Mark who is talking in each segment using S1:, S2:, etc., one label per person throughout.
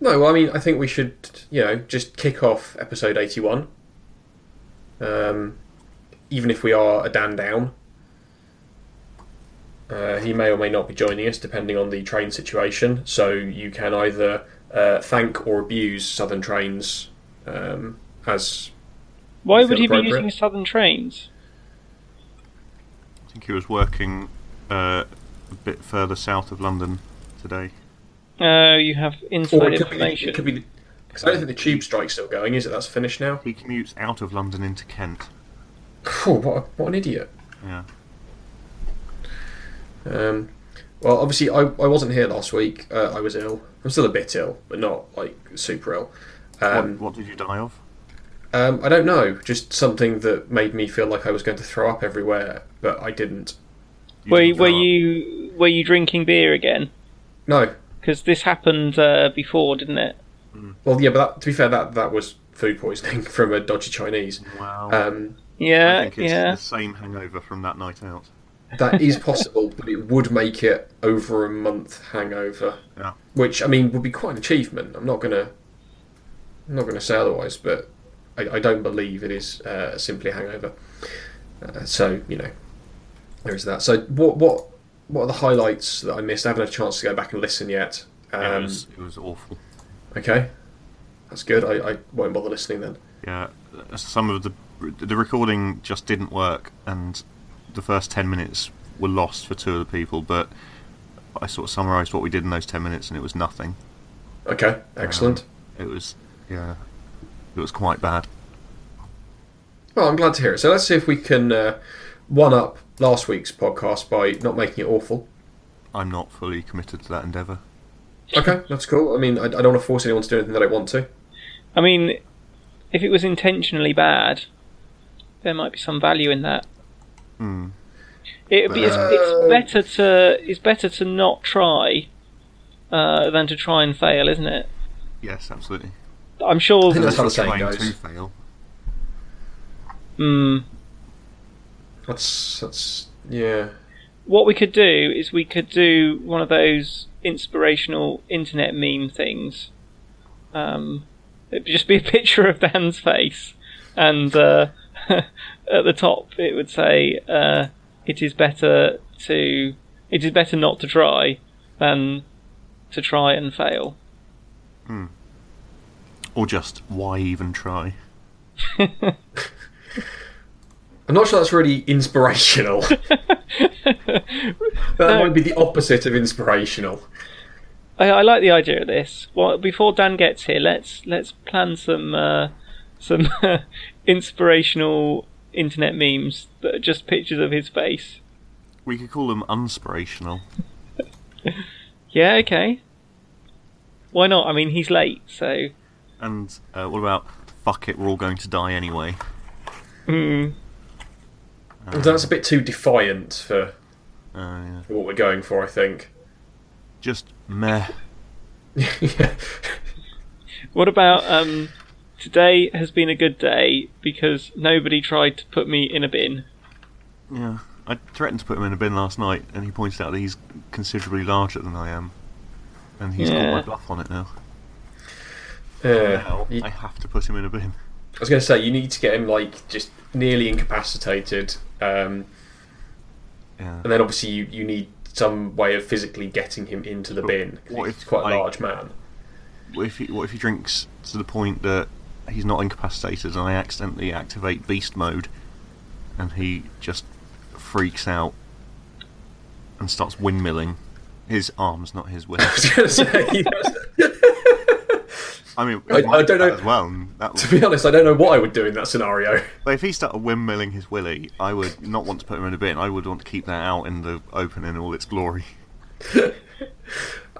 S1: No, well, I mean, I think we should, you know, just kick off episode 81. Um, even if we are a Dan down. Uh, he may or may not be joining us, depending on the train situation. So you can either uh, thank or abuse Southern Trains um, as
S2: Why
S1: Is
S2: would
S1: that
S2: he be
S1: appropriate?
S2: using Southern Trains?
S3: I think he was working uh, a bit further south of London today.
S2: Oh, you have
S1: Or
S2: inside
S1: it could be.
S2: information.
S1: It could be. Because I don't think the tube strike's still going, is it? That's finished now.
S3: He commutes out of London into Kent.
S1: Phew, what, a, what an idiot.
S3: Yeah.
S1: Um, well, obviously, I, I wasn't here last week. Uh, I was ill. I'm still a bit ill, but not like super ill. Um,
S3: what, what did you die of?
S1: um, I don't know. Just something that made me feel like I was going to throw up everywhere, but I didn't.
S3: You
S2: Were,
S3: didn't
S2: were
S3: die of-
S2: you were you drinking beer again?
S1: No.
S2: Because this happened uh, before, didn't it?
S1: Well, yeah, but that, to be fair, that that was food poisoning from a dodgy Chinese.
S3: Wow.
S1: Um,
S3: I
S2: Yeah,
S3: think it's
S2: Uh, yeah.
S3: the same hangover from that night out.
S1: that is possible, but it would make it over a month hangover.
S3: Yeah.
S1: Which I mean would be quite an achievement. I'm not gonna, I'm not gonna say otherwise, but I, I don't believe it is uh, simply a hangover. Uh, so you know, there is that. So what what what are the highlights that I missed? I haven't had a chance to go back and listen yet.
S3: it,
S1: Um,
S3: was, it was awful.
S1: Okay, that's good. I, I won't bother listening then.
S3: Yeah. Some of the the recording just didn't work, and the first ten minutes were lost for two of the people. But I sort of summarised what we did in those ten minutes, and it was nothing.
S1: Okay, excellent.
S3: It was yeah. It was quite bad.
S1: Well, I'm glad to hear it. So let's see if we can uh, one up last week's podcast by not making it awful.
S3: I'm not fully committed to that endeavour.
S1: Okay, that's cool. I mean, I, I don't want to force anyone to do anything they don't want to.
S2: I mean, if it was intentionally bad, there might be some value in that.
S3: Hmm.
S2: It, it's,
S1: uh,
S2: it's better to it's better to not try uh, than to try and fail, isn't it?
S3: Yes, absolutely.
S2: I'm sure.
S1: think that's how the
S3: Unless you're
S1: saying
S3: trying
S1: goes.
S3: to fail.
S2: Mm,
S1: That's that's yeah.
S2: what we could do is we could do one of those inspirational internet meme things. Um, it'd just be a picture of Dan's face, and uh, at the top it would say, uh, "It is better to, it is better not to try than to try and fail."
S3: Or just why even try?
S1: I'm not sure that's really inspirational. that might be the opposite of inspirational.
S2: I, I like the idea of this. Well, before Dan gets here, let's let's plan some uh, some inspirational internet memes that are just pictures of his face.
S3: We could call them unspirational.
S2: Yeah, okay. Why not? I mean, he's late, so
S3: And uh, what about fuck it, we're all going to die anyway? Hmm.
S2: mm,
S1: That's a bit too defiant for
S3: Uh, yeah.
S1: what we're going for, I think.
S3: Just meh.
S1: yeah.
S2: what about um, today has been a good day because nobody tried to put me in a bin.
S3: Yeah. I threatened to put him in a bin last night, and he pointed out that he's considerably larger than I am. And he's
S2: Yeah.
S3: called my bluff on it now.
S1: Yeah.
S3: Now
S1: Uh, You-
S3: I have to put him in a bin.
S1: I was going to say you need to get him like just nearly incapacitated, um,
S3: Yeah.
S1: and then obviously you, you need some way of physically getting him into the
S3: But
S1: bin. 'cause
S3: what
S1: He's
S3: if
S1: quite a
S3: I-
S1: large man.
S3: What if, he, what if he drinks to the point that he's not incapacitated and I accidentally activate beast mode and he just freaks out and starts windmilling? His arms, not his will.
S1: I was going to say.
S3: I mean,
S1: I- I don't know-
S3: As well, that
S1: to
S3: would,
S1: be honest, I don't know what I would do in that scenario.
S3: but if he started windmilling his willy, I would not want to put him in a bin. I would want to keep that out in the open in all its glory.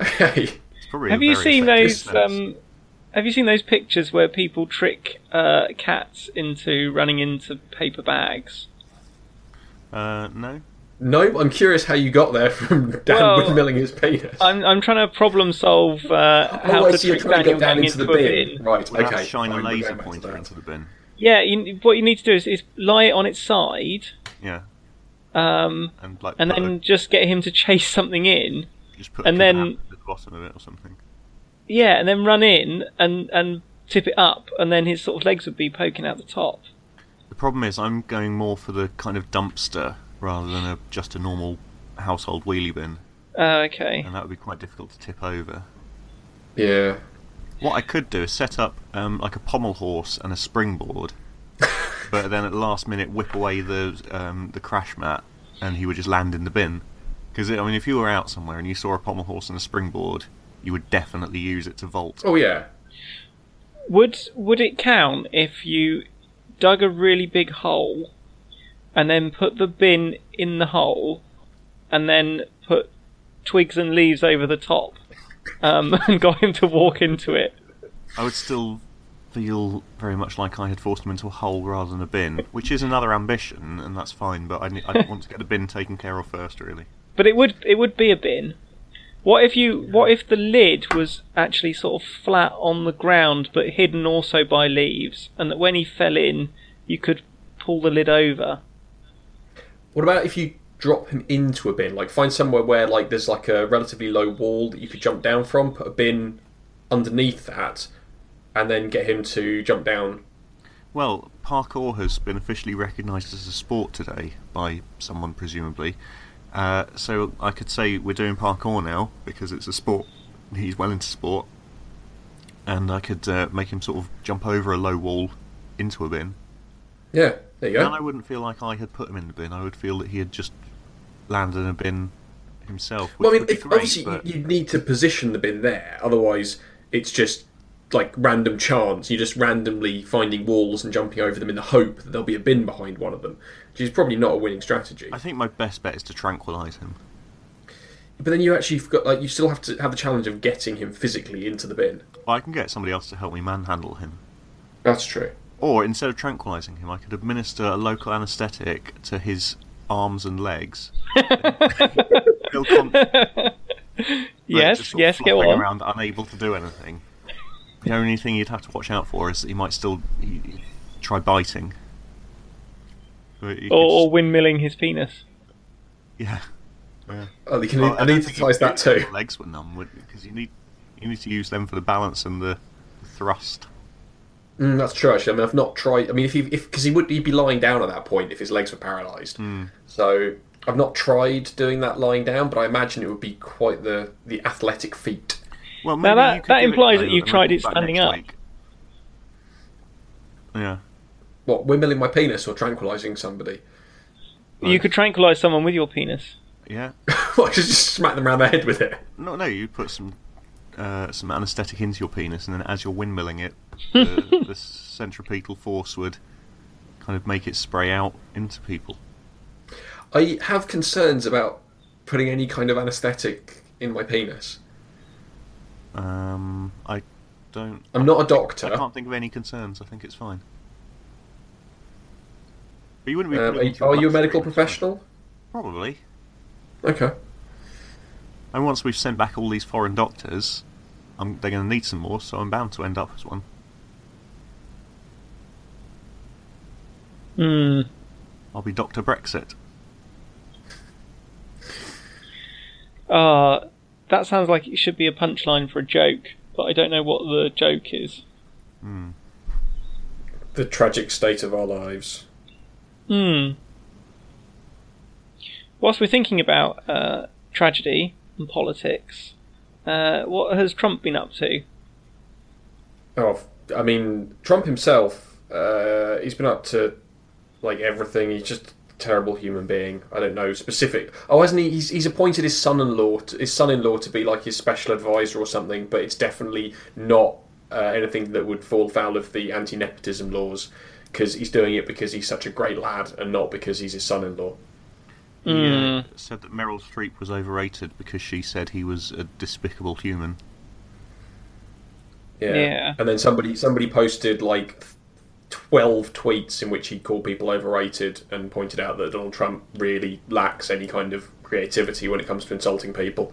S1: Okay.
S3: It's probably
S2: Have
S3: a
S2: you
S3: very
S2: seen
S3: effective
S2: those?
S3: sense.
S2: Um, have you seen those pictures where people trick uh, cats into running into paper bags? um,
S3: Uh, no.
S1: No, I'm curious how you got there from Dan
S2: Well,
S1: windmilling his penis.
S2: I'm I'm trying to problem solve uh,
S1: Oh,
S2: how
S1: I
S2: to
S1: see you're
S2: trick
S1: trying to
S2: Daniel
S1: get down
S2: Dang
S1: into the
S2: into, a
S1: bin.
S2: bin.
S1: Right,
S3: Without
S1: okay.
S3: shine a
S1: fine, we'll go
S3: laser
S1: back to
S3: pointer
S1: that.
S3: into the bin.
S2: Yeah, you, what you need to do is, is lie it on its side,
S3: Yeah.
S2: um,
S3: And like,
S2: and
S3: put a-
S2: then just get him to chase something in.
S3: just put
S2: and
S3: a kebab
S2: then-
S3: at the bottom of it or something.
S2: yeah, and then run in and and tip it up, and then his sort of legs would be poking out the top.
S3: The problem is, I'm going more for the kind of dumpster rather than a, just a normal household wheelie bin,
S2: Oh, okay.
S3: and that would be quite difficult to tip over.
S1: Yeah.
S3: What I could do is set up um, like a pommel horse and a springboard, but then at the last minute whip away the um, the crash mat, and he would just land in the bin. Because I mean, if you were out somewhere and you saw a pommel horse and a springboard, you would definitely use it to vault.
S1: Oh yeah.
S2: Would would it count if you dug a really big hole and then put the bin in the hole and then put twigs and leaves over the top um, and got him to walk into it?
S3: I would still feel very much like I had forced him into a hole rather than a bin, which is another ambition, and that's fine. But I, ne- I want to get the bin taken care of first, really.
S2: But it would it would be a bin. What if you what if the lid was actually sort of flat on the ground but hidden also by leaves and that when he fell in you could pull the lid over?
S1: What about if you drop him into a bin? Like find somewhere where like there's like a relatively low wall that you could jump down from, put a bin underneath that, and then get him to jump down.
S3: Well, parkour has been officially recognised as a sport today by someone, presumably. Uh, so I could say we're doing parkour now because it's a sport. He's well into sport, and I could uh, make him sort of jump over a low wall into a bin.
S1: Yeah. There you
S3: Then I
S1: go.
S3: wouldn't feel like I had put him in the bin. I would feel that he had just landed in a bin himself. Which
S1: Well, I mean,
S3: would be
S1: if,
S3: great,
S1: obviously
S3: but-
S1: you you need to position the bin there, otherwise it's just like random chance. You're just randomly finding walls and jumping over them in the hope that there'll be a bin behind one of them, which is probably not a winning strategy.
S3: I think my best bet is to tranquilise him.
S1: But then you actually got like you still have to have the challenge of getting him physically into the bin.
S3: I can get somebody else to help me manhandle him.
S1: That's true.
S3: Or instead of tranquilizing him, I could administer a local anesthetic to his arms and legs. Feel con-
S2: yes,
S3: just sort of
S2: yes, go
S3: flopping
S2: on.
S3: around, unable to do anything. The only thing you'd have to watch out for is that he might still he, he- try biting. But you could
S1: Oh,
S2: Or, or windmilling his penis.
S3: just- yeah. yeah.
S1: Oh, they can
S3: Well, I don't think
S1: anaesthetise that
S3: your
S1: too.
S3: Legs were numb because you need you need to use them for the balance and the thrust.
S1: Mm, that's true. Actually, I mean, I've not tried. I mean, if he if because he would he'd be lying down at that point if his legs were paralysed.
S3: Hmm.
S1: So I've not tried doing that lying down, but I imagine it would be quite the the athletic feat.
S3: Well,
S2: Now
S3: maybe
S2: that-
S3: you could
S2: that
S3: do it
S2: implies that
S3: later
S2: you've
S3: and
S2: tried
S3: we'll
S2: it
S3: talk about
S2: standing
S3: next
S2: up.
S3: week. Yeah.
S1: What windmilling my penis or tranquilising somebody?
S2: You could tranquilise someone with your penis.
S3: Yeah.
S1: What just just smack them around the head with it?
S3: No, no. You put some uh, some anaesthetic into your penis, and then as you're windmilling it, the, the centripetal force would kind of make it spray out into people.
S1: I have concerns about putting any kind of anaesthetic in my penis.
S3: Um, I don't.
S1: I'm not a doctor.
S3: I can't think of any concerns. I think it's fine. But you wouldn't be.
S1: Um,
S3: putting it into
S1: are, are you a
S3: butt
S1: medical
S3: screen, that's
S1: professional?
S3: fine. Probably.
S1: Okay.
S3: And once we've sent back all these foreign doctors, I'm, they're going to need some more, so I'm bound to end up as one.
S2: Hmm.
S3: I'll be Doctor Brexit.
S2: Uh, that sounds like it should be a punchline for a joke, but I don't know what the joke is.
S1: The tragic state of our lives.
S2: Hmm. Whilst we're thinking about uh, tragedy and politics, uh, what has Trump been up to?
S1: Oh, I mean, Trump himself, uh, he's been up to like everything. He's just a terrible human being. I don't know specific. Oh, hasn't he? He's, he's appointed his son-in-law, to, his son-in-law, to be like his special advisor or something. But it's definitely not uh, anything that would fall foul of the anti-nepotism laws because he's doing it because he's such a great lad and not because he's his son-in-law.
S3: He uh, said that Meryl Streep was overrated because she said he was a despicable human.
S1: Yeah.
S2: Yeah.
S1: And then somebody somebody posted like twelve tweets in which he called people overrated and pointed out that Donald Trump really lacks any kind of creativity when it comes to insulting people.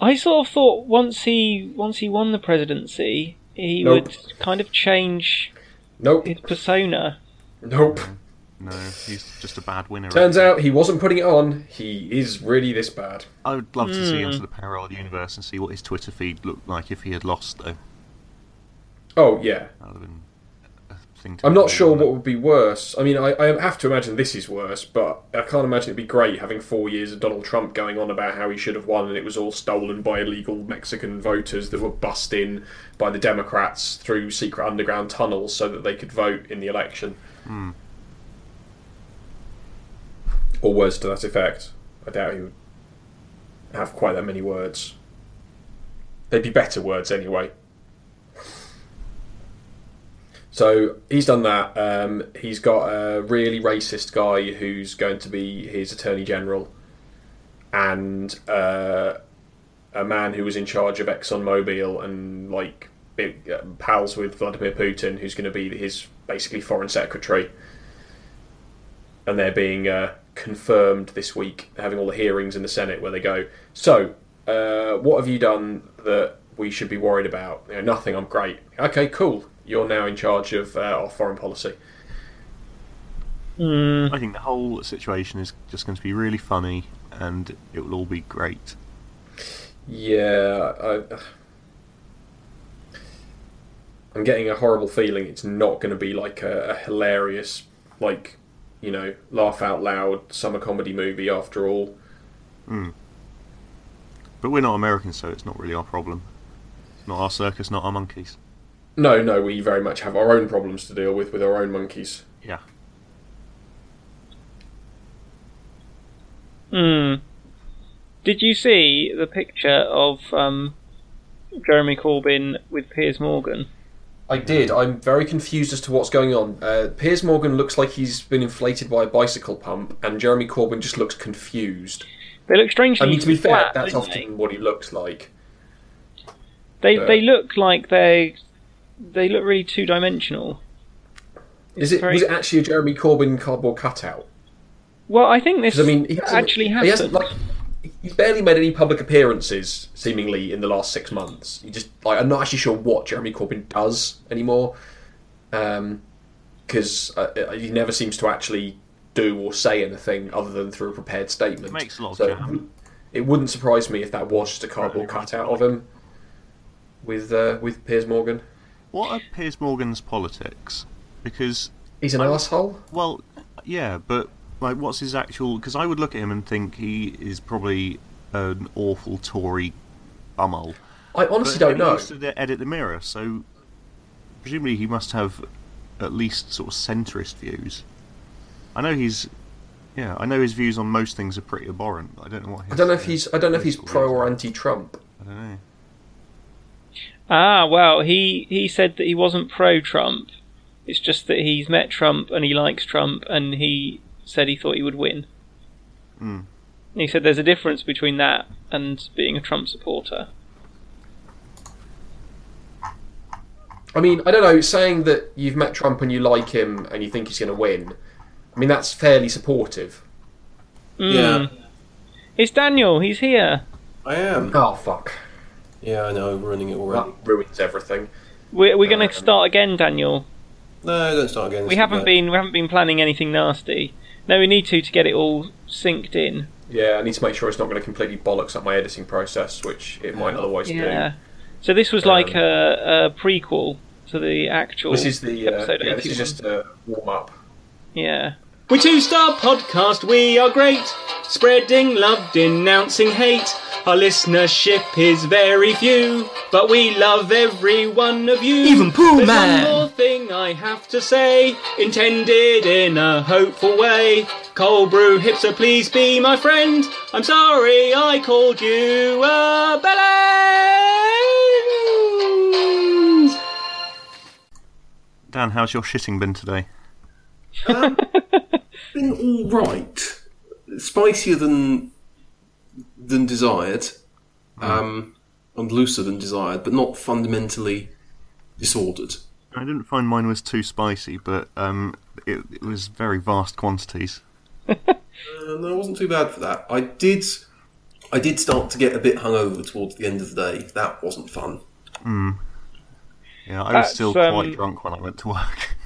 S2: I sort of thought once he once he won the presidency, he
S1: Nope.
S2: would kind of change
S1: Nope.
S2: his persona.
S1: Nope.
S3: No, he's just a bad winner.
S1: Turns out he wasn't putting it on. He is really this bad.
S3: I would love to see Into the Parallel Universe and see what his Twitter feed looked like if he had lost, though.
S1: Oh yeah.
S3: That would have been a thing to
S1: I'm not
S3: behold,
S1: sure
S3: wouldn't
S1: what would be worse. I mean, I, I have to imagine this is worse, but I can't imagine it'd be great having four years of Donald Trump going on about how he should have won and it was all stolen by illegal Mexican voters that were bussed in by the Democrats through secret underground tunnels so that they could vote in the election. Or words to that effect. I doubt he would have quite that many words. They'd be better words anyway. So he's done that. Um, he's got a really racist guy who's going to be his attorney general, and uh, a man who was in charge of ExxonMobil and like big, uh, pals with Vladimir Putin, who's going to be his basically foreign secretary. And they're being uh, confirmed this week, They're having all the hearings in the Senate where they go. So, uh, what have you done that we should be worried about? You know, nothing. I'm great. Okay, cool. You're now in charge of uh, our foreign policy.
S2: Mm,
S3: I think the whole situation is just going to be really funny, and it will all be great.
S1: Yeah, I, I'm getting a horrible feeling it's not going to be like a, a hilarious, like, you know, laugh out loud summer comedy movie after all.
S3: But we're not Americans, so it's not really our problem. Not our circus, not our monkeys.
S1: No, no, we very much have our own problems to deal with with our own monkeys.
S3: Yeah.
S2: mm. Did you see the picture of um, Jeremy Corbyn with Piers Morgan?
S1: I did. I'm very confused as to what's going on. Uh, Piers Morgan looks like he's been inflated by a bicycle pump, and Jeremy Corbyn just looks confused.
S2: They look strangely.
S1: I mean, to be fair,
S2: flat,
S1: that's
S2: don't they?
S1: often what he looks like.
S2: They
S1: Uh,
S2: they look like they they look really two dimensional.
S1: Is it
S2: very-
S1: was it actually a Jeremy Corbyn cardboard cutout?
S2: Well, I think this.
S1: Because I mean, he hasn't-
S2: actually happened.
S1: He hasn't like he's barely made any public appearances seemingly in the last six months. He just like I'm not actually sure what Jeremy Corbyn does anymore, because uh, he never seems to actually do or say anything other than through a prepared statement.
S3: Makes a lot of
S1: So,
S3: jam.
S1: It wouldn't surprise me if that was just a cardboard cutout of him with uh, with Piers Morgan.
S3: What are Piers Morgan's politics? Because
S1: He's an asshole.
S3: Well, yeah, but like, what's his actual? Because I would look at him and think he is probably an awful Tory bumhole.
S1: I
S3: But
S1: honestly
S3: he
S1: don't know.
S3: Used to de- edit the Mirror, so presumably he must have at least sort of centrist views. I know he's, yeah, I know his views on most things are pretty abhorrent. But I don't know what. His,
S1: I don't know if
S3: uh,
S1: he's I don't know if he's
S3: political
S1: pro
S3: views
S1: or
S3: are.
S1: anti-Trump.
S3: I don't know.
S2: Ah, well, he he said that he wasn't pro Trump. It's just that he's met Trump and he likes Trump, and he said he thought he would win.
S3: Hmm.
S2: And He said there's a difference between that and being a Trump supporter.
S1: I mean, I don't know, saying that you've met Trump and you like him and you think he's going to win, I mean, that's fairly supportive.
S2: Mm.
S4: Yeah,
S2: It's Daniel. He's here.
S4: I am.
S1: Oh, fuck.
S4: Yeah, I know, running it already.
S1: That ruins everything.
S2: We're we're going
S1: Um,
S2: to start again, Daniel.
S4: No, don't start again.
S2: We haven't been we haven't been planning anything nasty. No, we need to to get it all synced in.
S1: Yeah, I need to make sure it's not going to completely bollocks up my editing process, which it might otherwise
S2: Yeah. So this was like
S1: Um,
S2: a, a prequel to the
S1: do.
S2: actual.
S1: This is the uh,
S2: Episode
S1: yeah, this is
S2: 81.
S1: just a warm up.
S2: yeah.
S5: We're Two Star Podcast, we are great. Spreading love, denouncing hate. Our listenership is very few, but we love every one of you. Even Pooh There's Man! One more thing I have to say, intended in a hopeful way. Cold brew hipster, please be my friend. I'm sorry I called you a bellend.
S3: Dan, how's your shitting been today?
S4: been all right, spicier than than desired, um, and looser than desired, but not fundamentally disordered.
S3: I didn't find mine was too spicy, but um, it, it was very vast quantities.
S4: Uh, no, I wasn't too bad for that. I did, I did start to get a bit hungover towards the end of the day. That wasn't fun.
S3: Yeah, I was
S2: That's,
S3: still
S2: um,
S3: quite drunk when I went to work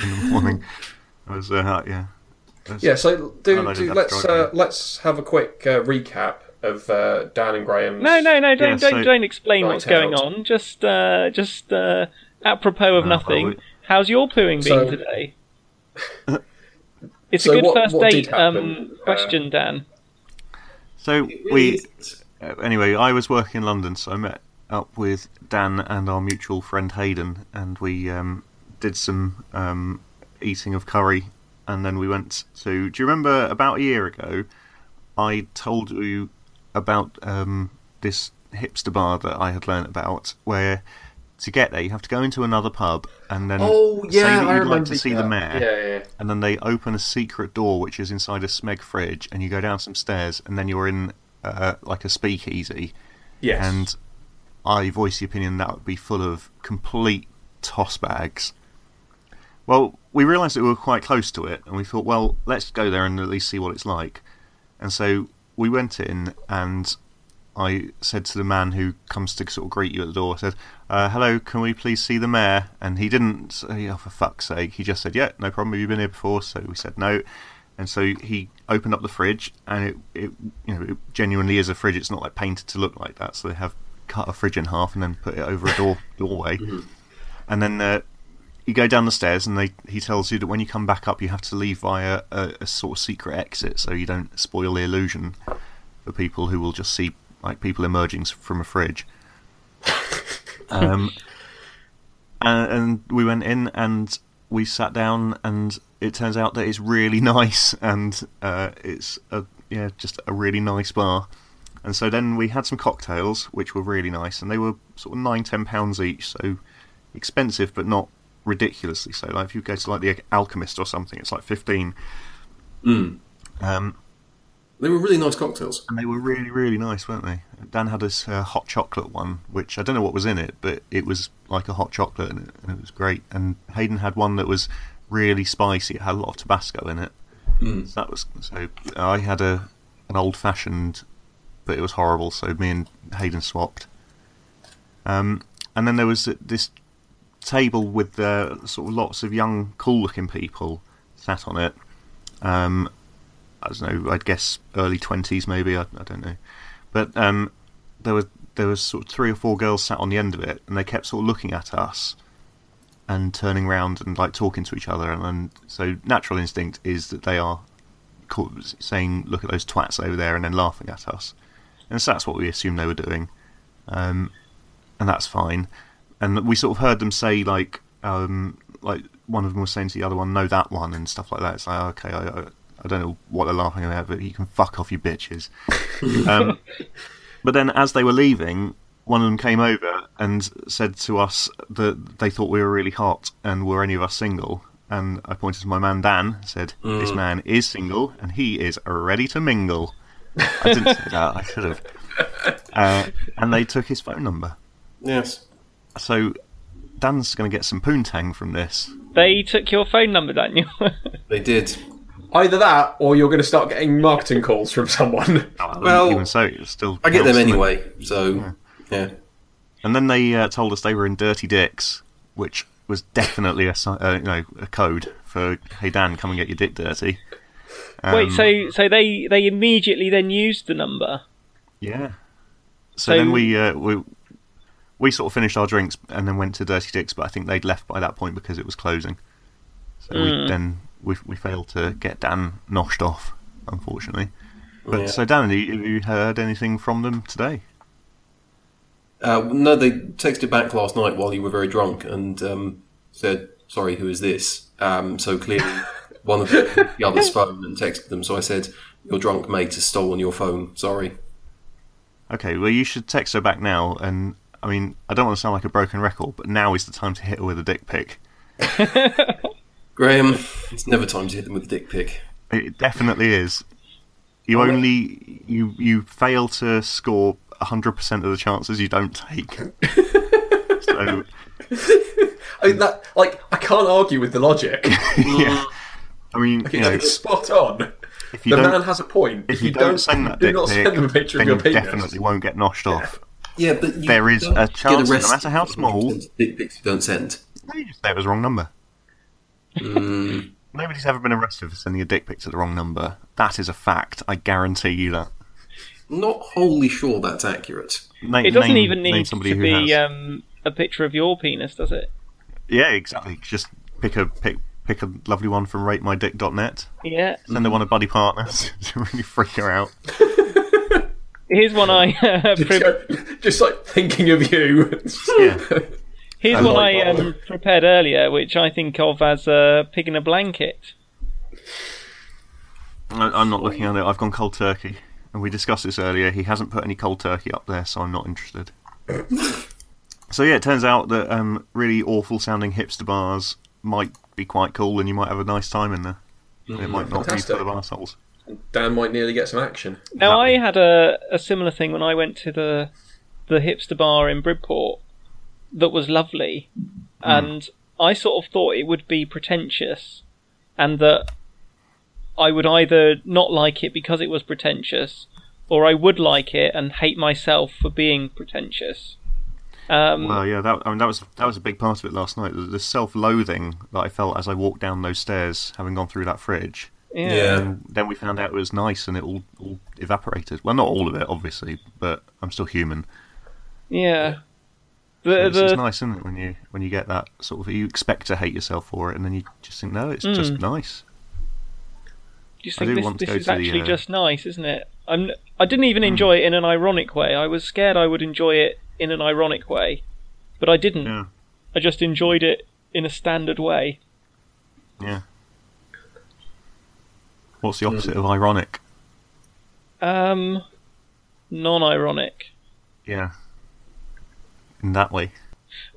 S3: in the morning. was uh, yeah. That's-
S1: Yeah, so
S3: I
S1: do,
S3: don't
S1: do
S3: have
S1: let's
S3: to
S1: uh,
S3: drive
S1: let's have a quick uh, recap of uh, Dan and Graham's.
S2: No, no, no! Don't,
S3: Yeah,
S2: don't,
S3: so-
S2: don't explain what's
S1: Right,
S2: going
S1: Harold.
S2: on. Just, uh, just uh, apropos of
S3: No,
S2: nothing.
S3: well, we-
S2: How's your pooing
S1: So-
S2: been today? It's
S1: So
S2: a good
S1: what-
S2: first
S1: what did
S2: date um,
S1: happen, uh,
S2: question, Dan.
S3: So we uh, anyway, I was working in London, so I met up with Dan and our mutual friend Hayden, and we um, did some um, eating of curry, and then we went to. Do you remember about a year ago? I told you about um, this hipster bar that I had learnt about, where to get there you have to go into another pub and then
S4: Oh,
S3: say
S4: yeah,
S3: that
S4: I
S3: you'd like
S4: remember
S3: to see the
S4: that.
S3: mayor
S1: Yeah, yeah, yeah.
S3: and then they open a secret door which is inside a smeg fridge, and you go down some stairs, and then you're in uh, like a speakeasy.
S1: Yes.
S3: And I voice the opinion that would be full of complete toss bags. Well, we realised that we were quite close to it, and we thought, well, let's go there and at least see what it's like. And so we went in, and I said to the man who comes to sort of greet you at the door, I said, uh, "Hello, can we please see the mayor?" And he didn't say, "Oh, for fuck's sake!" He just said, "Yeah, no problem. Have you been here before?" So we said no, and so he opened up the fridge, and it, it you know, it genuinely is a fridge. It's not like painted to look like that. So they have cut a fridge in half and then put it over a door doorway, and then. Uh, you go down the stairs, and they, he tells you that when you come back up, you have to leave via a, a sort of secret exit, so you don't spoil the illusion for people who will just see like people emerging s- from a fridge. um, and, and we went in and we sat down, and it turns out that it's really nice, and uh, it's a yeah, just a really nice bar. And so then we had some cocktails, which were really nice, and they were sort of nine, ten pounds each, so expensive but not ridiculously so. Like if you go to like the Alchemist or something, it's like fifteen. Um,
S4: They were really nice cocktails.
S3: and they were really, really nice, weren't they? Dan had this uh, hot chocolate one, which I don't know what was in it, but it was like a hot chocolate in it, and it was great. And Hayden had one that was really spicy. It had a lot of Tabasco in it. So that was so. I had a an old fashioned, but it was horrible. So me and Hayden swapped. Um, and then there was this table with uh, sort of lots of young, cool looking people sat on it. Um, I don't know. I'd guess early twenties, maybe. I, I don't know. But um, there was there was sort of three or four girls sat on the end of it, and they kept sort of looking at us and turning round and like talking to each other. And, and so natural instinct is that they are call- saying, "Look at those twats over there," and then laughing at us. And so that's what we assumed they were doing, um, and that's fine. And we sort of heard them say like um, like one of them was saying to the other one, "No, that one," and stuff like that. It's like okay, I, I, I don't know what they're laughing about, but you can fuck off, you bitches. um, but then as they were leaving, one of them came over and said to us that they thought we were really hot and were any of us single. And I pointed to my man Dan, said, This man is single and he is ready to mingle. I didn't say that, I should have. Uh, and they took his phone number.
S4: Yes.
S3: So Dan's going to get some poontang from this.
S2: They took your phone number, Daniel.
S4: They did.
S1: Either that, or you're going to start getting marketing calls from someone.
S4: Well,
S3: even so, it's still.
S4: I get them
S3: counts, doesn't it?
S4: anyway, so yeah.
S3: And then they uh, told us they were in Dirty Dicks, which was definitely a si- uh, you know a code for Hey Dan, come and get your dick dirty. Um,
S2: Wait, so so they they immediately then used the number.
S3: yeah. So,
S2: so-
S3: then we uh, we we sort of finished our drinks and then went to Dirty Dicks, but I think they'd left by that point because it was closing. So we then we we failed to get Dan noshed off, unfortunately. But
S4: Yeah.
S3: so Dan, have you have you heard anything from them today?
S4: Uh, no, they texted back last night while you were very drunk and um, said, "Sorry, who is this?" Um, so clearly, one of them took the other's phone and texted them. So I said, "Your drunk mate has stolen your phone. Sorry."
S3: Okay, well, you should text her back now. And I mean, I don't want to sound like a broken record, but now is the time to hit her with a dick pic.
S4: Graham, it's never time to hit them with a dick pic.
S3: It definitely is.
S1: Oh,
S3: You only you you fail to score hundred percent of the chances you don't take. so
S1: I mean, that like I can't argue with the logic.
S3: yeah, I mean, you know,
S1: it's spot on.
S3: if you
S1: The
S3: don't
S1: man has a point.
S3: if you don't send that
S1: do
S3: dick
S1: not
S3: pic,
S1: send them a picture
S3: then
S1: of your
S3: you
S1: penis.
S3: definitely won't get noshed off.
S4: Yeah, but you
S3: There is
S4: don't
S3: a
S4: get
S3: chance, no
S4: arrested
S3: matter how
S4: for
S3: small.
S4: dick pics you don't send.
S1: Hmm.
S3: No, you just say it was the wrong number. Nobody's ever been arrested for sending a dick pic to the wrong number. That is a fact. I guarantee you that.
S4: Not wholly sure that's accurate.
S3: Name,
S2: It doesn't
S3: name-
S2: even
S3: name
S2: need to
S3: somebody who has.
S2: be um, a picture of your penis, does it?
S3: Yeah, exactly. Just pick a pick pick a lovely one from ratemydick.net.
S2: Yeah.
S3: Send the one to Buddy Partners to really freak her out.
S2: Here's one I uh, pre-
S1: Just like thinking of you.
S3: Yeah.
S2: here's
S3: I
S2: one
S3: like
S2: I
S3: that.
S2: um, prepared earlier, which I think of as a pig in a blanket.
S3: I, I'm not looking at it. I've gone cold turkey. And we discussed this earlier. He hasn't put any cold turkey up there, so I'm not interested. so, yeah, it turns out that um, really awful sounding hipster bars might be quite cool and you might have a nice time in there. It
S2: Mm.
S3: might not
S1: Fantastic.
S3: be for the arseholes.
S1: Dan might nearly get some action.
S2: Now
S3: Lovely.
S2: I had a, a similar thing when I went to the the hipster bar in Bridport that was lovely, and I sort of thought it would be pretentious, and that I would either not like it because it was pretentious, or I would like it and hate myself for being pretentious. Um,
S3: Well, Oh, yeah, that, I mean, that was that was a big part of it last night. The, the self-loathing that I felt as I walked down those stairs, having gone through that fridge.
S2: yeah.
S3: And then we found out it was nice, and it all, all evaporated. Well, not all of it, obviously, but I'm still human.
S2: yeah. The,
S3: It's, it's
S2: Uh, the
S3: nice, isn't it, when you when you get that sort of you expect to hate yourself for it, and then you just think, no, it's just
S2: Mm.
S3: nice.
S2: just
S3: I
S2: think
S3: do
S2: this,
S3: want to
S2: this
S3: go
S2: is
S3: to the,
S2: actually
S3: uh, Hmm.
S2: just nice, isn't it? I'm, I didn't even enjoy it in an ironic way. I was scared I would enjoy it in an ironic way, but I didn't.
S3: Yeah,
S2: I just enjoyed it in a standard way.
S3: yeah. What's the opposite of ironic?
S2: Um, non-ironic.
S3: Yeah. In that way,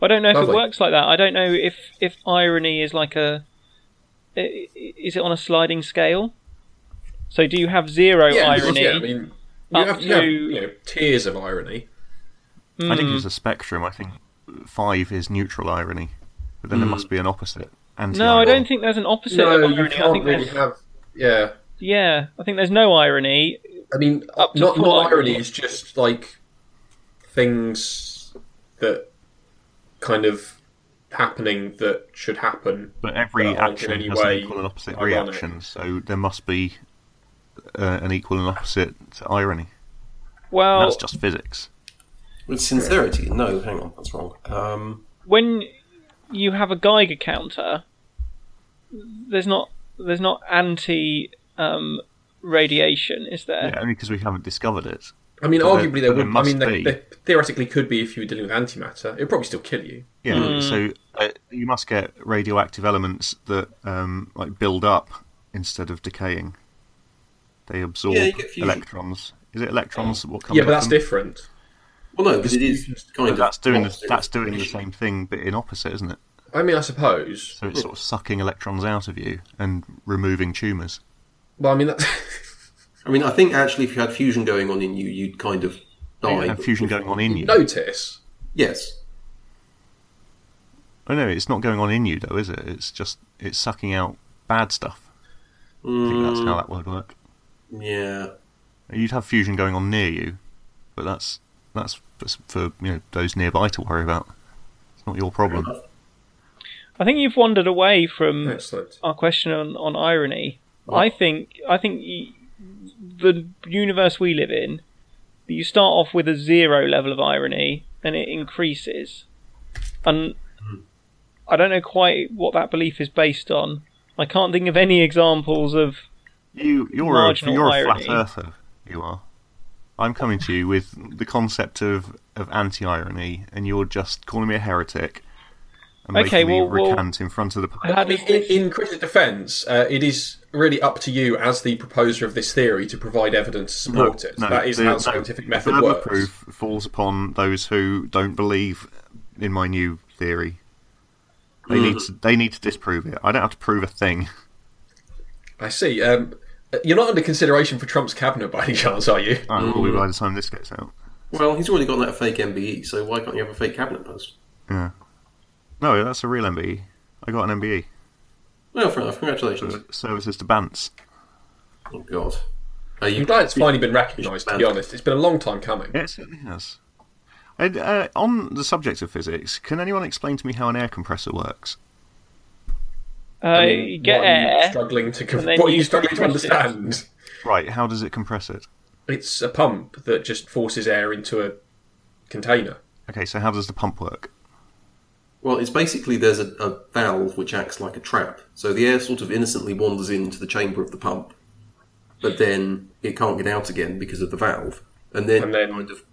S2: I don't know if
S1: Lovely.
S2: it works like that. I don't know if if irony is like a i- i- is it on a sliding scale? So do you have zero irony?
S1: Yeah, I mean, you
S2: Up
S1: have, you have
S2: to-
S1: you know, tiers of irony.
S3: I
S2: Mm.
S3: think there's a spectrum. I think five is neutral irony, but then there must be an opposite.
S2: Mm. no, I
S3: anti-irony.
S2: don't think there's an opposite
S1: No,
S2: of
S1: you
S2: irony. I
S1: can't
S2: think
S1: really
S2: there's,
S1: have. Yeah,
S2: yeah, I think there's no irony.
S1: I mean,
S2: Up to
S1: not
S2: full
S1: not
S2: irony.
S1: irony is just like things that kind of happening that should happen.
S3: But every
S1: that aren't in
S3: action
S1: any
S3: has
S1: way
S3: an equal and opposite
S1: ironic.
S3: reaction, so there must be uh, an equal and opposite to irony.
S2: Well,
S3: That's just physics.
S4: With sincerity, no, hang on, that's wrong. Um,
S2: when you have a Geiger counter, there's not there's not anti um, radiation, is there?
S3: Yeah, only because we haven't discovered it.
S1: I mean,
S3: But there-
S1: arguably
S3: but there
S1: there would. I
S3: must
S1: mean, there,
S3: be.
S1: there theoretically could be if you were dealing with antimatter. It'd probably still kill you.
S3: Yeah, so uh, you must get radioactive elements that um, like build up instead of decaying. They absorb
S4: Yeah, you get fusion.
S3: electrons. Is it electrons? What comes
S1: Yeah, but
S3: off
S1: that's
S3: them?
S1: different.
S4: well, no, because it is kind
S3: But
S4: of
S3: That's doing the,
S4: opposite.
S3: that's doing the same thing, but in opposite, isn't it?
S1: I mean, I suppose.
S3: So it's sort of sucking electrons out of you and removing tumours.
S1: Well, I mean, that's
S4: I mean, I think actually, if you had fusion going on in you, you'd kind of
S1: Oh,
S4: die.
S3: And fusion going on in you.
S1: notice.
S4: Yes.
S3: Oh no, it's not going on in you though, is it? It's just it's sucking out bad stuff. I think
S2: Mm.
S3: that's how that would work.
S4: Mm, Yeah.
S3: You'd have fusion going on near you, but that's that's for, for you know those nearby to worry about. It's not your problem.
S2: I think you've wandered away from
S1: Excellent.
S2: our question on, on irony. I think I think y the universe we live in, you start off with a zero level of irony, and it increases. And I don't know quite what that belief is based on. I can't think of any examples of
S3: You you're a,
S2: Marginal
S3: you're a
S2: irony.
S3: flat earther. You are. I'm coming to you with the concept of, of anti irony, and you're just calling me a heretic and
S2: Okay,
S3: making me
S2: well- well-
S3: recant in front of the public.
S2: how
S1: I mean,
S2: does
S1: in,
S2: this-
S1: in Chris's defence, uh, it is really up to you as the proposer of this theory to provide evidence to support it. that is
S3: the-
S1: how
S3: no,
S1: scientific
S3: the
S1: method
S3: burden of
S1: works.
S3: proof falls upon those who don't believe in my new theory. They need
S1: Mm.
S3: to, they need to disprove it. I don't have to prove a thing.
S1: I see. Um, you're not under consideration for Trump's cabinet by any chance, are you?
S3: I will be by the time this gets out.
S4: Well, he's already got that fake MBE, so why can't you have a fake cabinet post?
S3: Yeah. No, that's a real MBE. I got an MBE.
S4: Well, fair enough. Congratulations.
S3: Services to Bants.
S4: Oh God. Are
S1: I'm
S4: you?
S1: glad it's finally been recognised. To be honest, it's been a long time coming.
S3: Yeah, it certainly has. And, uh, on the subject of physics, can anyone explain to me how an air compressor works?
S2: Uh, you
S1: what
S2: get
S1: are you
S2: air.
S1: struggling to com-
S2: and then
S1: what are
S2: you
S1: you struggling to
S2: compress it.
S1: understand?
S3: Right, how does it compress it?
S1: It's a pump that just forces air into a container.
S3: Okay, so how does the pump work?
S4: Well, it's basically there's a, a valve which acts like a trap. So the air sort of innocently wanders into the chamber of the pump, but then it can't get out again because of the valve. And then,
S1: And then
S4: kind of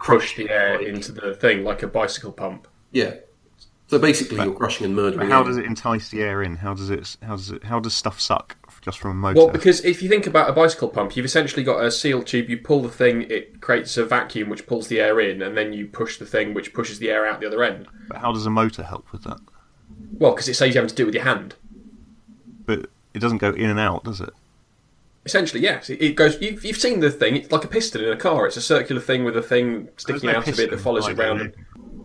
S1: Push the air into the thing like a bicycle pump.
S4: yeah. So basically, you're crushing and murdering.
S3: How
S4: air.
S3: does it entice the air in? How does it? How does it? How does stuff suck f- just from a motor?
S1: Well, because if you think about a bicycle pump, you've essentially got a seal tube. You pull the thing, it creates a vacuum which pulls the air in, and then you push the thing which pushes the air out the other end.
S3: But how does a motor help with that?
S1: Well, because it saves you having to do it with your hand.
S3: But it doesn't go in and out, does it?
S1: Essentially, yes. It, it goes. You've, you've seen the thing. It's like a piston in a car. It's a circular thing with a thing sticking
S3: There's no
S1: out of it that
S3: piston,
S1: follows
S3: I
S1: it
S3: don't
S1: round.
S3: know.
S1: and-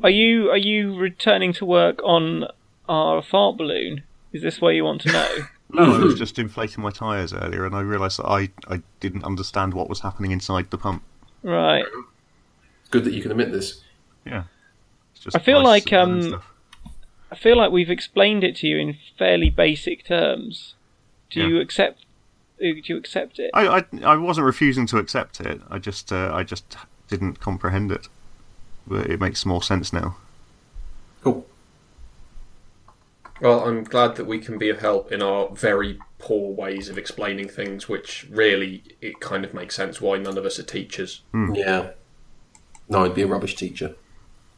S2: Are you are you returning to work on our fart balloon? Is this where you want to know?
S3: No, I was just inflating my tyres earlier, and I realised that I, I didn't understand what was happening inside the pump.
S2: right.
S4: It's good that you can admit this.
S3: Yeah, it's just
S2: I feel like,
S3: nice to learn
S2: um,
S3: stuff.
S2: I feel like we've explained it to you in fairly basic terms. Do
S3: Yeah.
S2: you accept? Do you accept it?
S3: I, I I wasn't refusing to accept it. I just uh, I just didn't comprehend it, but it makes more sense now.
S4: Cool.
S1: Well, I'm glad that we can be of help in our very poor ways of explaining things, which really it kind of makes sense why none of us are teachers.
S4: Yeah. No, I'd be a rubbish teacher.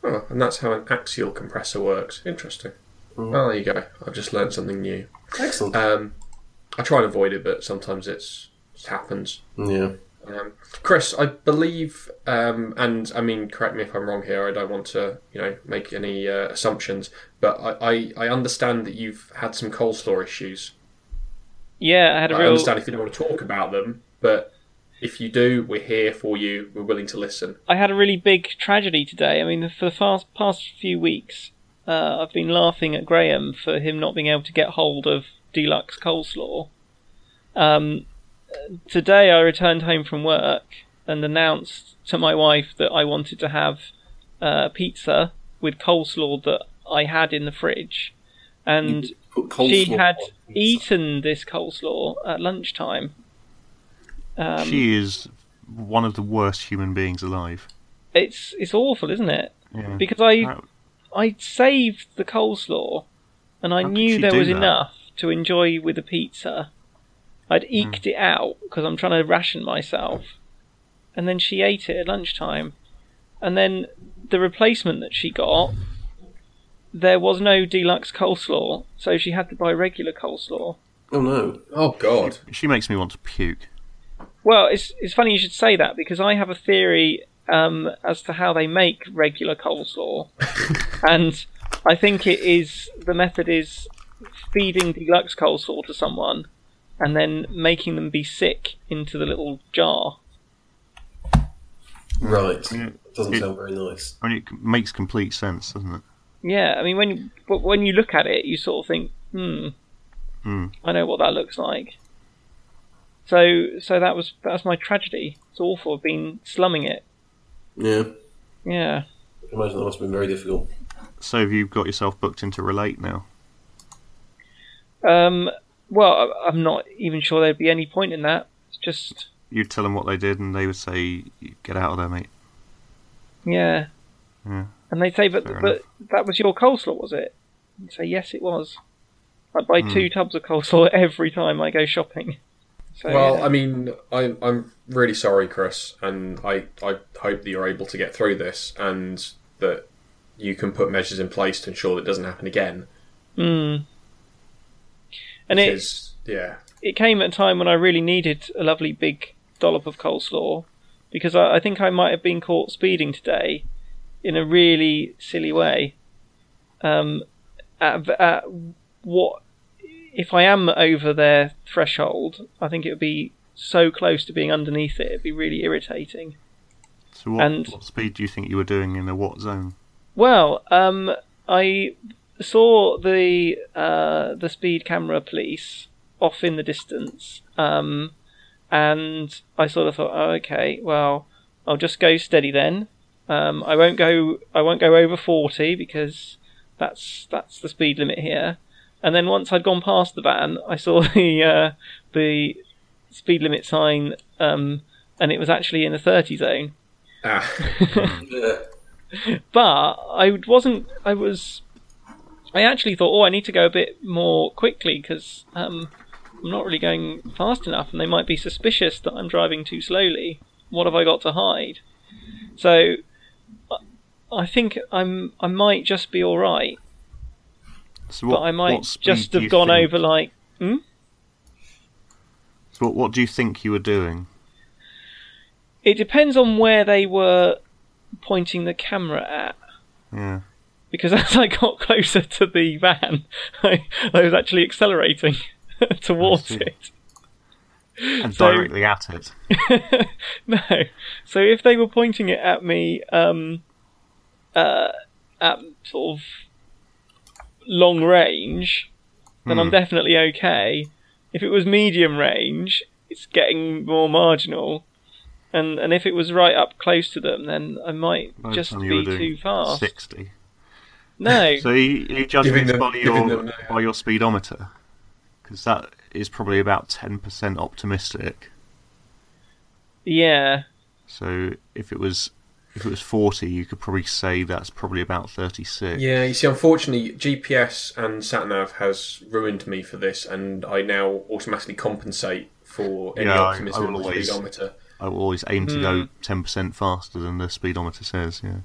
S1: Oh, and that's how an axial compressor works. Interesting. Well, there you go. I've just learned something new.
S4: Excellent.
S1: Um, I try and avoid it, but sometimes it's, it happens.
S4: yeah.
S1: Um, Chris, I believe, um, and I mean, correct me if I'm wrong here. I don't want to, you know, make any uh, assumptions, but I, I, I understand that you've had some coleslaw issues.
S2: yeah, I had a
S1: I
S2: real.
S1: understand if you don't want to talk about them, but if you do, we're here for you. We're willing to listen.
S2: I had a really big tragedy today. I mean, for the past past few weeks, uh, I've been laughing at Graham for him not being able to get hold of deluxe coleslaw. Um, today, I returned home from work and announced to my wife that I wanted to have uh, pizza with coleslaw that I had in the fridge, and
S4: Put coleslaw
S2: she had
S4: on pizza.
S2: eaten this coleslaw at lunchtime. Um,
S3: she is one of the worst human beings alive.
S2: it's it's awful, isn't it?
S3: Yeah.
S2: Because I
S3: How-
S2: I saved the coleslaw, and I
S3: How could
S2: knew
S3: she
S2: there
S3: do
S2: was
S3: that?
S2: enough to enjoy with a pizza.
S3: Hmm.
S2: I'd eked it out because I'm trying to ration myself, and then she ate it at lunchtime, and then the replacement that she got, there was no deluxe coleslaw, so she had to buy regular coleslaw.
S4: Oh no.
S1: Oh God!
S3: she makes me want to puke.
S2: Well, it's it's funny you should say that because I have a theory um, as to how they make regular coleslaw, and I think it is the method is feeding deluxe coleslaw to someone and then making them be sick into the little jar.
S4: Right.
S3: Yeah.
S4: Doesn't
S3: It-
S4: sound very nice.
S3: I mean, it makes complete sense, doesn't it?
S2: Yeah, I mean when you, but when you look at it, you sort of think, hmm,
S3: Hmm.
S2: I know what that looks like. So so that was that's my tragedy. It's awful. I've been slumming it.
S4: Yeah.
S2: Yeah.
S4: I imagine that must have been very difficult.
S3: So have you got yourself booked into Relate now?
S2: Um, well, I- I'm not even sure there'd be any point in that. It's just,
S3: You'd tell them what they did, and they would say, "Get out of there, mate."
S2: yeah.
S3: Yeah.
S2: And they say, but,
S3: Fair
S2: but that was your coleslaw, was it? And say, yes, it was. I buy two tubs of coleslaw every time I go shopping.
S3: Oh,
S2: So,
S1: well,
S2: yeah.
S1: I mean, I'm I'm really sorry, Chris, and I I hope that you're able to get through this and that you can put measures in place to ensure that it doesn't happen again.
S2: Mm. And it,
S1: Because, yeah,
S2: it came at a time when I really needed a lovely big dollop of coleslaw because I, I think I might have been caught speeding today in a really silly way. Um, at, at what if I am over their threshold? I think it would be so close to being underneath it. It'd be really irritating.
S3: So what,
S2: And-
S3: what speed do you think you were doing in the what zone?
S2: Well, um, I saw the uh, the speed camera police off in the distance, um, and I sort of thought, oh, okay, well, I'll just go steady then. Um, I won't go I won't go over forty because that's that's the speed limit here. And then once I'd gone past the van, I saw the uh, the speed limit sign, um, and it was actually in a thirty zone.
S1: Ah,
S4: Yeah.
S2: but I wasn't. I was. I actually thought, oh, I need to go a bit more quickly because um, I'm not really going fast enough, and they might be suspicious that I'm driving too slowly. What have I got to hide? So, I- I think I'm. I might just be all right,
S3: So
S2: but
S3: what,
S2: I might
S3: what speed
S2: just
S3: do
S2: have
S3: you
S2: gone
S3: think-
S2: over like. Hmm?
S3: So what, what do you think you were doing?
S2: It depends on where they were pointing the camera at.
S3: Yeah.
S2: because as I got closer to the van, I, I was actually accelerating towards
S3: I see.
S2: it.
S3: And
S2: So-
S3: directly at it.
S2: No, so if they were pointing it at me, um, uh, at sort of long range, then
S3: Hmm.
S2: I'm definitely okay. If it was medium range, it's getting more marginal. And, and if it was right up close to them, then I might
S3: By the
S2: just
S3: time you
S2: be
S3: were doing
S2: too fast.
S3: 60.
S2: No,
S3: So you, you judge
S1: Giving
S3: this
S1: them-
S3: by,
S1: giving
S3: your,
S1: them uh, the-
S3: by your speedometer. Because that is probably about 10% optimistic.
S2: yeah,
S3: So if it was if it was 40, you could probably say that's probably about 36.
S1: yeah. You see, unfortunately, GPS and sat nav has ruined me for this, and I now automatically compensate for any
S3: Yeah, I-
S1: optimism
S3: I
S1: in
S3: will
S1: the
S3: always-
S1: speedometer.
S3: I will always aim to go 10% faster than the speedometer says, yeah.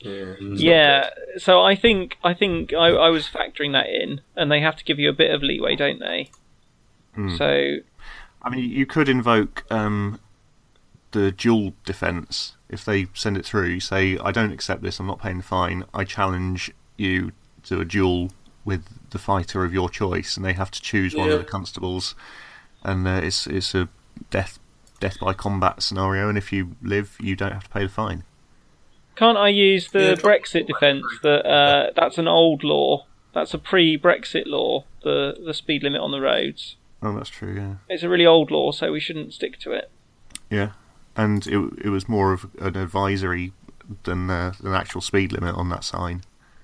S1: Yeah.
S3: Mm.
S2: Yeah, so I think I think I, I was factoring that in, and they have to give you a bit of leeway, don't they?
S3: Hmm.
S2: So
S3: I mean, you could invoke um, the dual defence if they send it through. You say, I don't accept this, I'm not paying the fine. I challenge you to a duel with the fighter of your choice, and they have to choose one
S4: Yeah.
S3: of the constables. And uh, it's it's a death death by combat scenario, and if you live, you don't have to pay the fine.
S2: can't I use the
S4: Yeah.
S2: Brexit defence that uh, that's an old law, that's a pre-Brexit law, the the speed limit on the roads.
S3: Oh, that's true, yeah.
S2: It's a really old law, so we shouldn't stick to it.
S3: Yeah, and it it was more of an advisory than uh, an actual speed limit on that sign.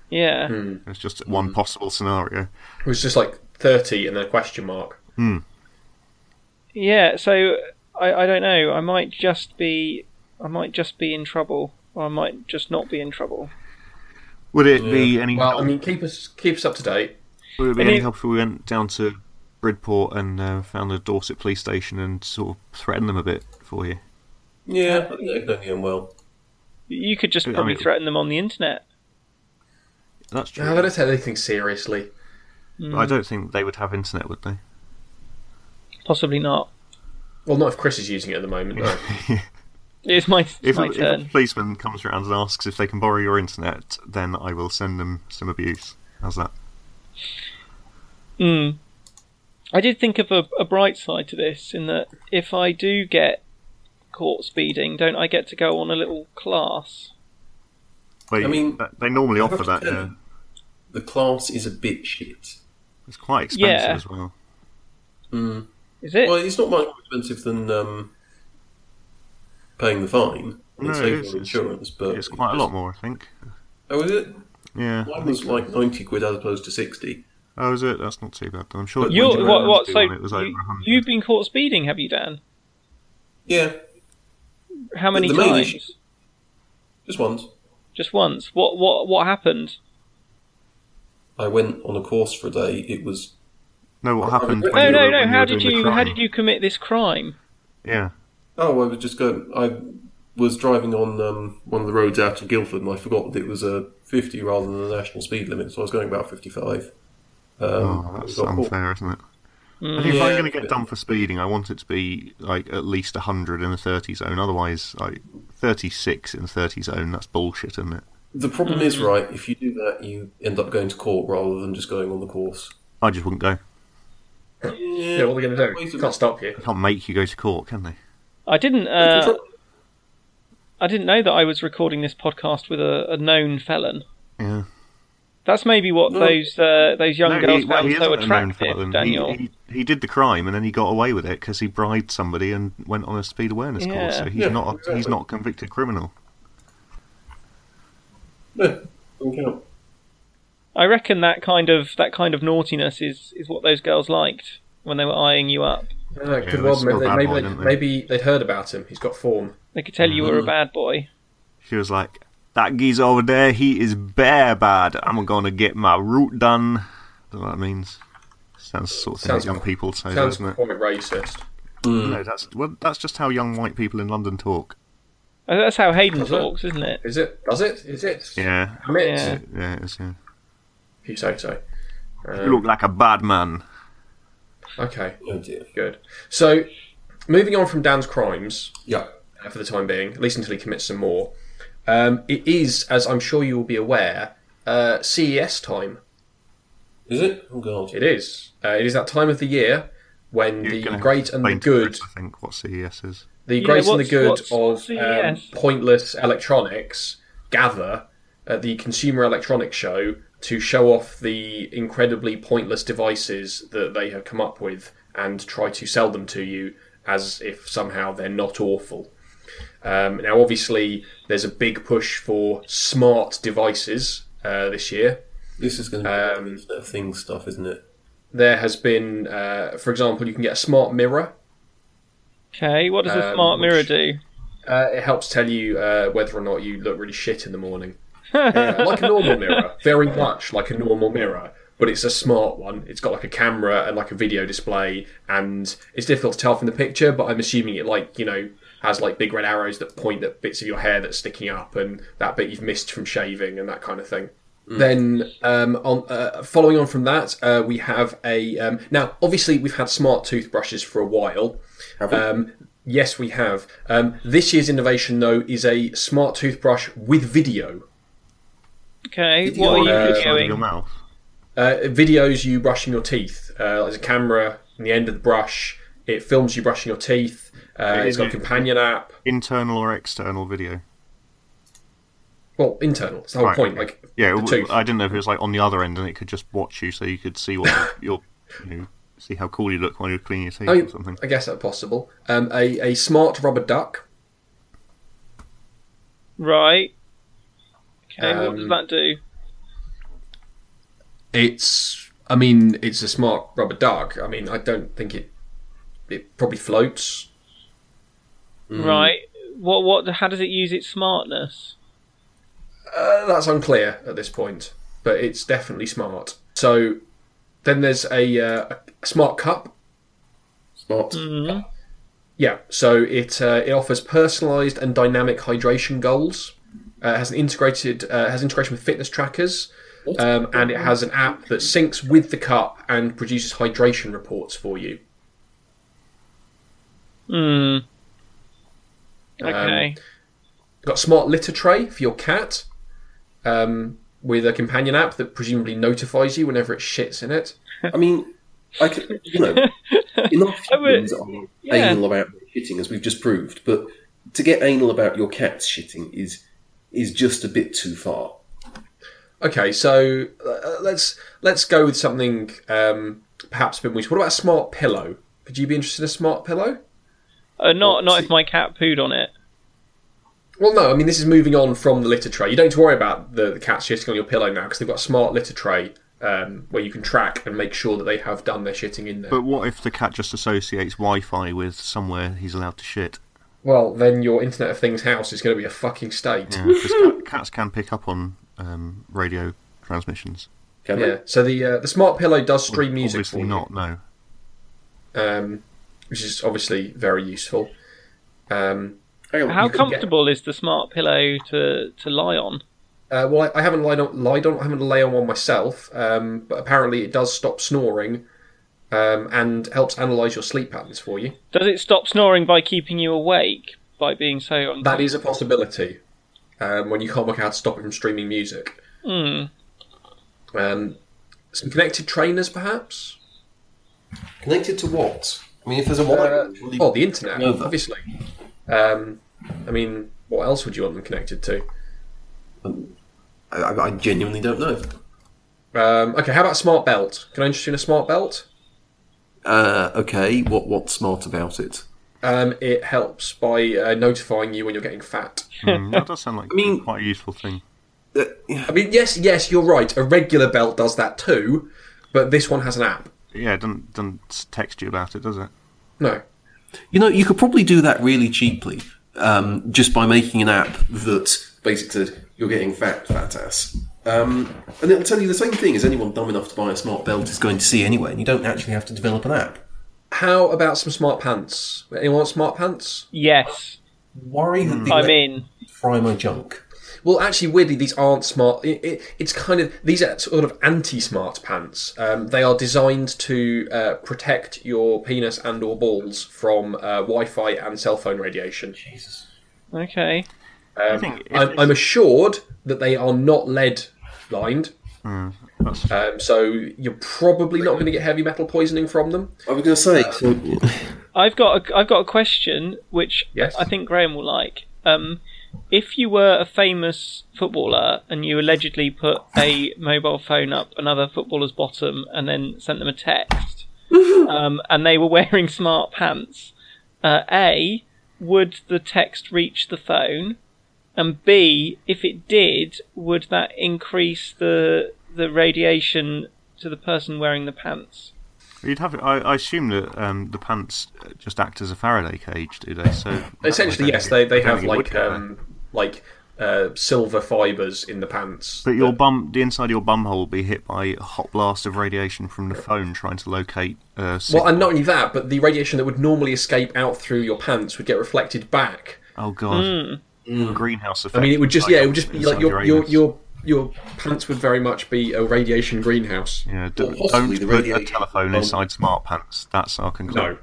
S2: Yeah,
S3: It was just one possible scenario.
S1: It was just like thirty and then a question mark.
S2: yeah. So I, I don't know. I might just be I might just be in trouble, or I might just not be in trouble.
S3: Would it be any
S1: Well, I
S3: help,
S1: mean, keep us keep us up to date.
S3: would it be
S2: and
S3: any
S2: it-
S3: help if we went down to Bridport and uh, found the Dorset police station and sort of threatened them a bit for you?
S4: Yeah, I think they've done him well.
S2: You could just
S3: I mean-
S2: probably threaten them on the internet.
S3: That's true.
S1: No, they don't take anything seriously.
S3: But I don't think they would have internet, would they?
S2: Possibly not.
S1: Well, not if Chris is using it at the moment. No.
S2: It's my it's
S3: If,
S2: my
S3: if
S2: turn.
S3: a policeman comes around and asks if they can borrow your internet, then I will send them some abuse. How's that?
S2: Mm. I did think of a, a bright side to this in that if I do get caught speeding, don't I get to go on a little class?
S3: Wait,
S4: I mean-
S3: that- they normally
S4: I've
S3: offer that.
S4: got to tell
S3: Yeah.
S4: you. The class is a bit shit.
S3: It's quite expensive
S2: Yeah.
S3: as well.
S2: Is it?
S4: Well, it's not much more expensive than um, paying the fine.
S3: No,
S4: It's
S3: it
S4: over
S3: is,
S4: on insurance, but
S3: It's quite a lot more, I think.
S4: Oh, is it?
S3: Yeah.
S4: Mine was like ninety quid as opposed to sixty.
S3: Oh, is it? That's not too bad. I'm sure.
S4: But
S2: You're,
S4: when you
S2: what? What? So
S3: It was over
S2: you,
S3: 100.
S2: you've been caught speeding, have you, Dan?
S4: Yeah,
S2: How many
S4: The main
S2: times?
S4: issue- just once.
S2: Just once. What? What? What happened?
S4: I went on a course for a day. It was
S3: No, what happened? when
S2: No,
S3: you
S2: no,
S3: were-
S2: no.
S3: when
S2: How
S3: were
S2: did
S3: doing the
S2: you? How
S3: crime?
S2: did you commit this crime?
S3: Yeah.
S4: oh, I was just going. I was driving on um, one of the roads out of Guildford, and I forgot that it was a fifty rather than the national speed limit. So I was going about fifty-five. Um,
S3: Oh, that's
S2: Mm.
S4: got caught.
S3: unfair, isn't it? I think if I'm
S4: Yeah.
S3: going to get done for speeding, I want it to be like at least 100 in the 30 zone. Otherwise, like 36 in the 30 zone, that's bullshit, isn't it?
S4: The problem is, right? If you do that, you end up going to court rather than just going on the course.
S3: I just wouldn't go.
S1: Yeah, what are they going to
S4: Wait a
S1: do? Can't
S4: minute.
S1: stop you.
S3: They can't make you go to court, can they?
S2: I didn't.
S4: It's
S2: Uh,
S4: not-
S2: I didn't know that I was recording this podcast with a, a known felon.
S3: Yeah.
S2: That's maybe what
S4: No.
S2: those uh, those young
S3: No,
S2: girls
S3: he- well,
S2: found
S3: he
S2: so
S3: isn't a known
S2: attractive,
S3: felon. He-
S2: Daniel.
S3: He, he did the crime and then he got away with it because he bribed somebody and went on a speed awareness course.
S2: Yeah.
S3: So he's
S4: Yeah,
S3: not a, he's
S4: exactly.
S3: not a convicted criminal.
S4: Yeah, don't count.
S2: I reckon that kind of that kind of naughtiness is is what those girls liked when they were eyeing you up.
S1: Uh,
S3: Yeah,
S1: could
S3: they
S1: well
S3: saw
S1: maybe, they,
S3: Bad
S1: maybe,
S3: Boy,
S1: they,
S3: didn't they?
S1: maybe they'd heard about him. He's got form.
S2: They could tell you were a bad boy.
S3: She was like, "That geezer over there, he is bare bad. I'm gonna get my root done." Don't know what that means. Sounds the sort of thing that
S1: Sounds-
S3: young people say,
S1: Sounds
S3: doesn't it?
S1: quite racist.
S3: No, that's well, that's just how young white people in London talk.
S2: Oh, That's how Hayden
S1: Does it?
S2: talks, isn't it?
S1: Is it? Does it? Is it?
S3: Yeah,
S1: Damn it.
S2: Yeah.
S3: yeah, it's, yeah.
S1: If you say so. Uh,
S3: You look like a bad man.
S1: Okay,
S4: Oh dear.
S1: good. So, moving on from Dan's crimes,
S4: Yeah.
S1: uh, for the time being, at least until he commits some more. Um, it is, as I'm sure you will be aware, uh, CES time.
S4: Is it? Oh god.
S1: It is. Uh, it is that time of the year when
S3: You're
S1: the
S3: gonna
S1: great and the
S3: explain to
S1: good,
S3: Chris, I think what CES is.
S1: the
S2: Yeah,
S1: great and the
S2: what's-
S1: good
S2: what's-
S1: of
S2: what's
S1: um,
S2: CES?
S1: pointless electronics gather at the Consumer Electronics Show to show off the incredibly pointless devices that they have come up with and try to sell them to you as if somehow they're not awful. Um, now, obviously, there's a big push for smart devices uh, this year.
S4: This is going to be Internet of Things stuff, isn't it?
S1: There has been, uh, for example, you can get a smart mirror.
S2: Okay, what does a
S1: Um,
S2: smart
S1: which-
S2: mirror do?
S1: Uh, it helps tell you uh, whether or not you look really shit in the morning. Yeah, like a normal mirror, very much like a normal mirror, but it's a smart one. It's got like a camera and like a video display, and it's difficult to tell from the picture, but I'm assuming it like you know has like big red arrows that point at bits of your hair that's sticking up and that bit you've missed from shaving and that kind of thing. Then, um, on uh, following on from that, uh, we have a um, now. Obviously, we've had smart toothbrushes for a while.
S4: Have we?
S1: Um, yes, we have. Um, this year's innovation, though, is a smart toothbrush with video.
S2: Okay,
S4: Did you
S2: what are
S4: want,
S2: you
S1: uh,
S3: Side of your
S2: videoing?
S3: mouth.
S1: uh, videos you brushing your teeth. Uh, there's a camera in the end of the brush. It films you brushing your teeth. Uh, it's got a companion app.
S3: Internal or external video?
S1: Well, internal. It's the whole
S3: Right,
S1: Oh, point.
S3: okay.
S1: Like
S3: Yeah,
S1: the
S3: w-
S1: tooth.
S3: I didn't know if it was like on the other end and it could just watch you, so you could see what you're, you know, see how cool you look while you're cleaning your teeth
S1: I,
S3: or something.
S1: I guess that's possible. Um, a, a smart rubber duck.
S2: Right. Okay, what
S1: Um,
S2: does that do?
S1: It's. I mean, it's a smart rubber duck. I mean, I don't think it. It probably floats.
S2: Right. What? What? How does it use its smartness?
S1: Uh, that's unclear at this point, but it's definitely smart. So, then there's a, uh, a smart cup.
S4: Smart.
S1: Yeah, so it uh, it offers personalised and dynamic hydration goals. Uh, has an integrated uh, has integration with fitness trackers, um, and it has an app that syncs with the cup and produces hydration reports for you.
S2: Hmm. Okay.
S1: Got a smart litter tray for your cat, um, with a companion app that presumably notifies you whenever it shits in it.
S4: I mean, I could, you know, enough
S2: I would-
S4: humans are
S2: yeah.
S4: anal about their shitting, as we've just proved. But to get anal about your cat's shitting is is just a bit too far.
S1: Okay, so uh, let's let's go with something um, perhaps a bit more. What about a smart pillow? Could you be interested in a smart pillow?
S2: Uh, not not
S4: see.
S2: if my cat pooed on it.
S1: Well, no, I mean, this is moving on from the litter tray. You don't have to worry about the, the cat shitting on your pillow now because they've got a smart litter tray um, where you can track and make sure that they have done their shitting in there.
S3: But what if the cat just associates Wi-Fi with somewhere he's allowed to shit?
S1: well, then your Internet of Things house is going to be a fucking state.
S3: Yeah, 'cause cat, cats can pick up on um, radio transmissions.
S4: Can
S1: Yeah,
S4: they?
S1: So the uh, the smart pillow does stream music
S3: Obviously
S1: for you,
S3: not. No.
S1: um, which is obviously very useful. Um,
S4: Hang on,
S2: How
S4: you could-
S2: comfortable is the smart pillow to to lie on?
S1: uh, well, I, I haven't lied on, lied on, I haven't lay on one myself, um, but apparently it does stop snoring um, and helps analyse your sleep patterns for you.
S2: Does it stop snoring by keeping you awake by being so uncomfortable?
S1: That is a possibility um, when you can't work out how to stop it from streaming music. Um, some connected trainers, perhaps?
S4: connected to what? I mean, if there's a
S1: Uh,
S4: wire,
S1: oh, the internet,
S4: No, but-
S1: obviously. Um, I mean, what else would you want them connected to?
S4: I, I I genuinely don't know.
S1: Um, okay, how about smart belt? Can I interest you in a smart belt?
S4: Uh, okay, what what's smart about it?
S1: Um, it helps by uh, notifying you when you're getting fat.
S3: Hmm, that does sound like
S4: mean-
S3: quite a useful thing.
S4: uh, yeah.
S1: I mean, yes, yes, you're right. A regular belt does that too, but this one has an app.
S3: Yeah, it doesn't, doesn't text you about it, does it?
S1: No.
S4: You know, you could probably do that really cheaply um, just by making an app that basically said, you're getting fat, fat ass. Um, and it'll tell you the same thing as anyone dumb enough to buy a smart belt is going to see anyway, and you don't actually have to develop an app.
S1: How about some smart pants? Anyone want smart pants?
S2: Yes,
S4: Worry that the
S2: I'm in.
S4: fry my junk.
S1: Well, actually, weirdly, these aren't smart. It, it, it's kind of these are sort of anti-smart pants. Um, they are designed to uh, protect your penis and/or balls from uh, Wi-Fi and cell phone radiation.
S4: Jesus.
S2: Okay.
S1: Um,
S3: I think if
S1: I'm, I'm assured that they are not lead lined.
S3: that's-
S1: Um, so you're probably not going to get heavy metal poisoning from them.
S4: I was going to say, so,
S2: I've got a, I've got a question which
S1: Yes.
S2: I think Graham will like. Um, if you were a famous footballer and you allegedly put a mobile phone up another footballer's bottom and then sent them a text, um, and they were wearing smart pants, uh, a would the text reach the phone, and b if it did, would that increase the the radiation to the person wearing the pants?
S3: You'd have. I, I assume that um, the pants just act as a Faraday cage, do they? So
S1: Essentially, yes, they, they
S3: I don't
S1: have
S3: think it would
S1: like
S3: get there.
S1: um, like uh, silver fibers in the pants.
S3: But your
S1: that-
S3: bum, the inside of your bum hole, will be hit by a hot blast of radiation from the phone trying to locate. Uh,
S1: Well,
S3: sig-
S1: and not only that, but the radiation that would normally escape out through your pants would get reflected back.
S3: oh god,
S2: Hmm.
S3: greenhouse effect.
S1: I mean, it would just
S3: Like,
S1: yeah, it would just be
S3: inside
S1: like your your
S3: anus.
S1: your your pants would very much be a radiation greenhouse.
S3: Yeah, d-
S4: possibly
S3: don't
S4: the
S3: put a
S4: radiation
S3: telephone
S4: from-
S3: inside smart pants. That's our conclusion.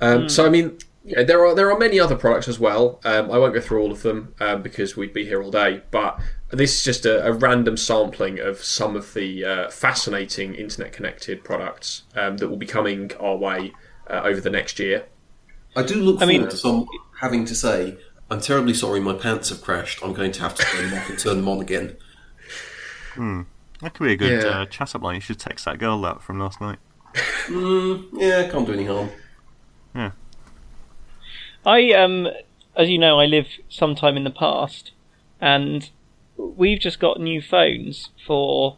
S1: No. Um,
S2: Hmm.
S1: So I mean, yeah, there are there are many other products as well. Um, I won't go through all of them um, because we'd be here all day. But this is just a, a random sampling of some of the uh, fascinating internet connected products um, that will be coming our way uh, over the next year.
S4: I do look forward
S2: mean-
S4: to some having to say, I'm terribly sorry my pants have crashed. I'm going to have to turn them off and turn them on again.
S3: That could be a good
S1: Yeah.
S3: uh, chat up line. You should text that girl that from last night.
S4: Yeah, can't do any harm.
S2: I um, as you know, I live sometime in the past, and we've just got new phones for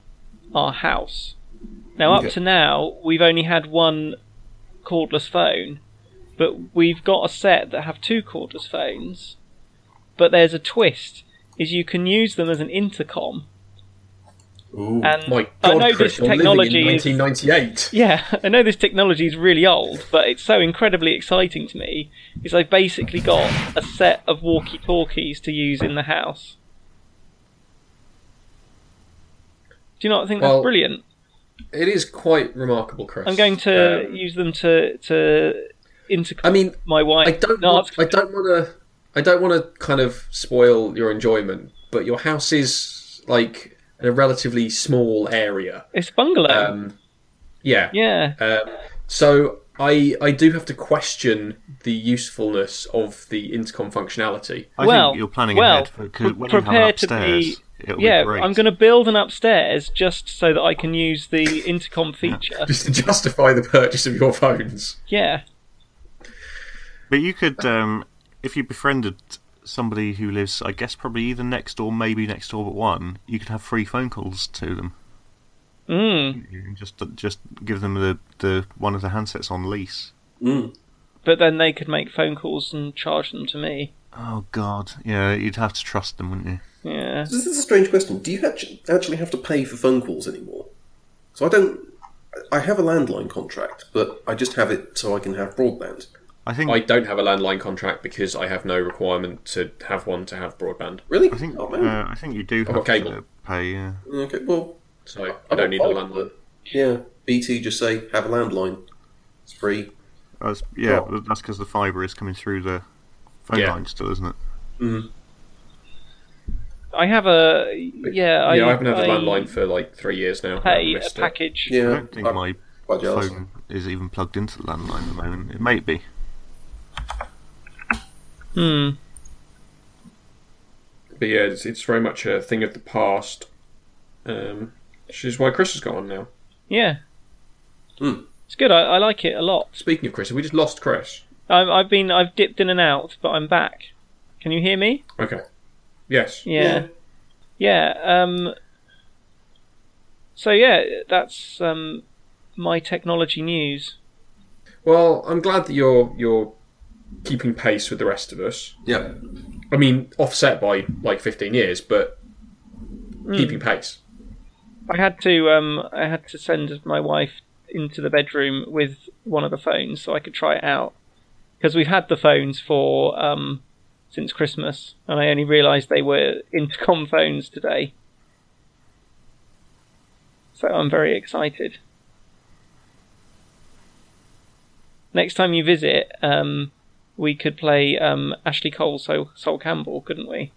S2: our house. Now, up
S4: Okay.
S2: to now, we've only had one cordless phone, but we've got a set that have two cordless phones. But there's a twist: is you can use them as an intercom.
S4: Ooh.
S2: And
S1: My
S2: I
S1: God,
S2: know
S1: Chris,
S2: this
S1: you're
S2: technology
S1: living in
S2: is
S1: 1998.
S2: yeah, I know this technology is really old, but it's so incredibly exciting to me. Is I've basically got a set of walkie-talkies to use in the house. Do you not think
S1: Well,
S2: that's brilliant?
S1: It is quite remarkable, Chris.
S2: I'm going to
S1: Um,
S2: use them to to intercom
S1: I mean,
S2: my wife.
S1: I don't.
S2: No,
S1: Want, I don't want to. I don't want to kind of spoil your enjoyment, but your house is like in a relatively small area.
S2: it's a bungalow.
S1: Um, yeah.
S2: yeah,
S1: Um, so I I do have to question the usefulness of the intercom functionality.
S3: I
S2: Well,
S3: think you're planning
S2: well,
S3: ahead
S2: pre-
S3: because when you have it
S2: prepare to
S3: upstairs,
S2: be-
S3: it'll
S2: yeah.
S3: be great.
S2: I'm going to build an upstairs just so that I can use the intercom feature.
S1: Just to justify the purchase of your phones.
S2: yeah.
S3: But you could, um, if you befriended somebody who lives, I guess, probably either next door, maybe next door but one, you could have free phone calls to them.
S2: Mm.
S3: You can just just give them the, the one of the handsets on lease.
S2: But then they could make phone calls and charge them to me.
S3: Oh God, yeah, you'd have to trust them, wouldn't you?
S2: Yeah.
S4: This is a strange question. Do you actu- actually have to pay for phone calls anymore? So I don't. I have a landline contract, but I just have it so I can have broadband.
S3: I think
S1: I don't have a landline contract because I have no requirement to have one to have broadband.
S4: Really?
S3: I think
S4: Oh, man.
S3: uh, I think you do
S1: I've
S3: have
S1: got cable.
S3: to pay. Yeah.
S4: okay. Well,
S1: So I don't
S4: Oh,
S1: need a landline.
S4: yeah. BT just say have a landline. It's free.
S3: That's, yeah,
S4: Well-
S3: that's because the fibre is coming through the phone
S1: Yeah.
S3: line still, isn't it?
S2: I have a yeah. I,
S1: yeah, I haven't had a
S2: I
S1: landline for like three years now.
S2: Pay
S1: I
S2: a
S1: missed it.
S2: package.
S4: Yeah.
S3: I don't think
S4: I'm
S3: my
S4: quite jealous.
S3: phone is even plugged into the landline at the moment. It may be.
S2: Hmm.
S1: But yeah, it's, it's very much a thing of the past. Um, which is why Chris has gone now.
S2: Yeah.
S4: Hmm.
S2: It's good. I, I like it a lot.
S1: Speaking of Chris, have we just lost Chris?
S2: I, I've been I've dipped in and out, but I'm back. Can you hear me?
S1: Okay. Yes.
S2: Yeah. Yeah. yeah. Um, so yeah, that's um, my technology news.
S1: Well, I'm glad that you're you're keeping pace with the rest of us.
S4: Yeah.
S1: I mean, offset by like 15 years, but keeping pace.
S2: I had to um, I had to send my wife into the bedroom with one of the phones so I could try it out because we've had the phones for um, since Christmas, and I only realised they were intercom phones today. So I'm very excited. Next time you visit, um, we could play um, Ashley Cole, so Sol Campbell, couldn't we?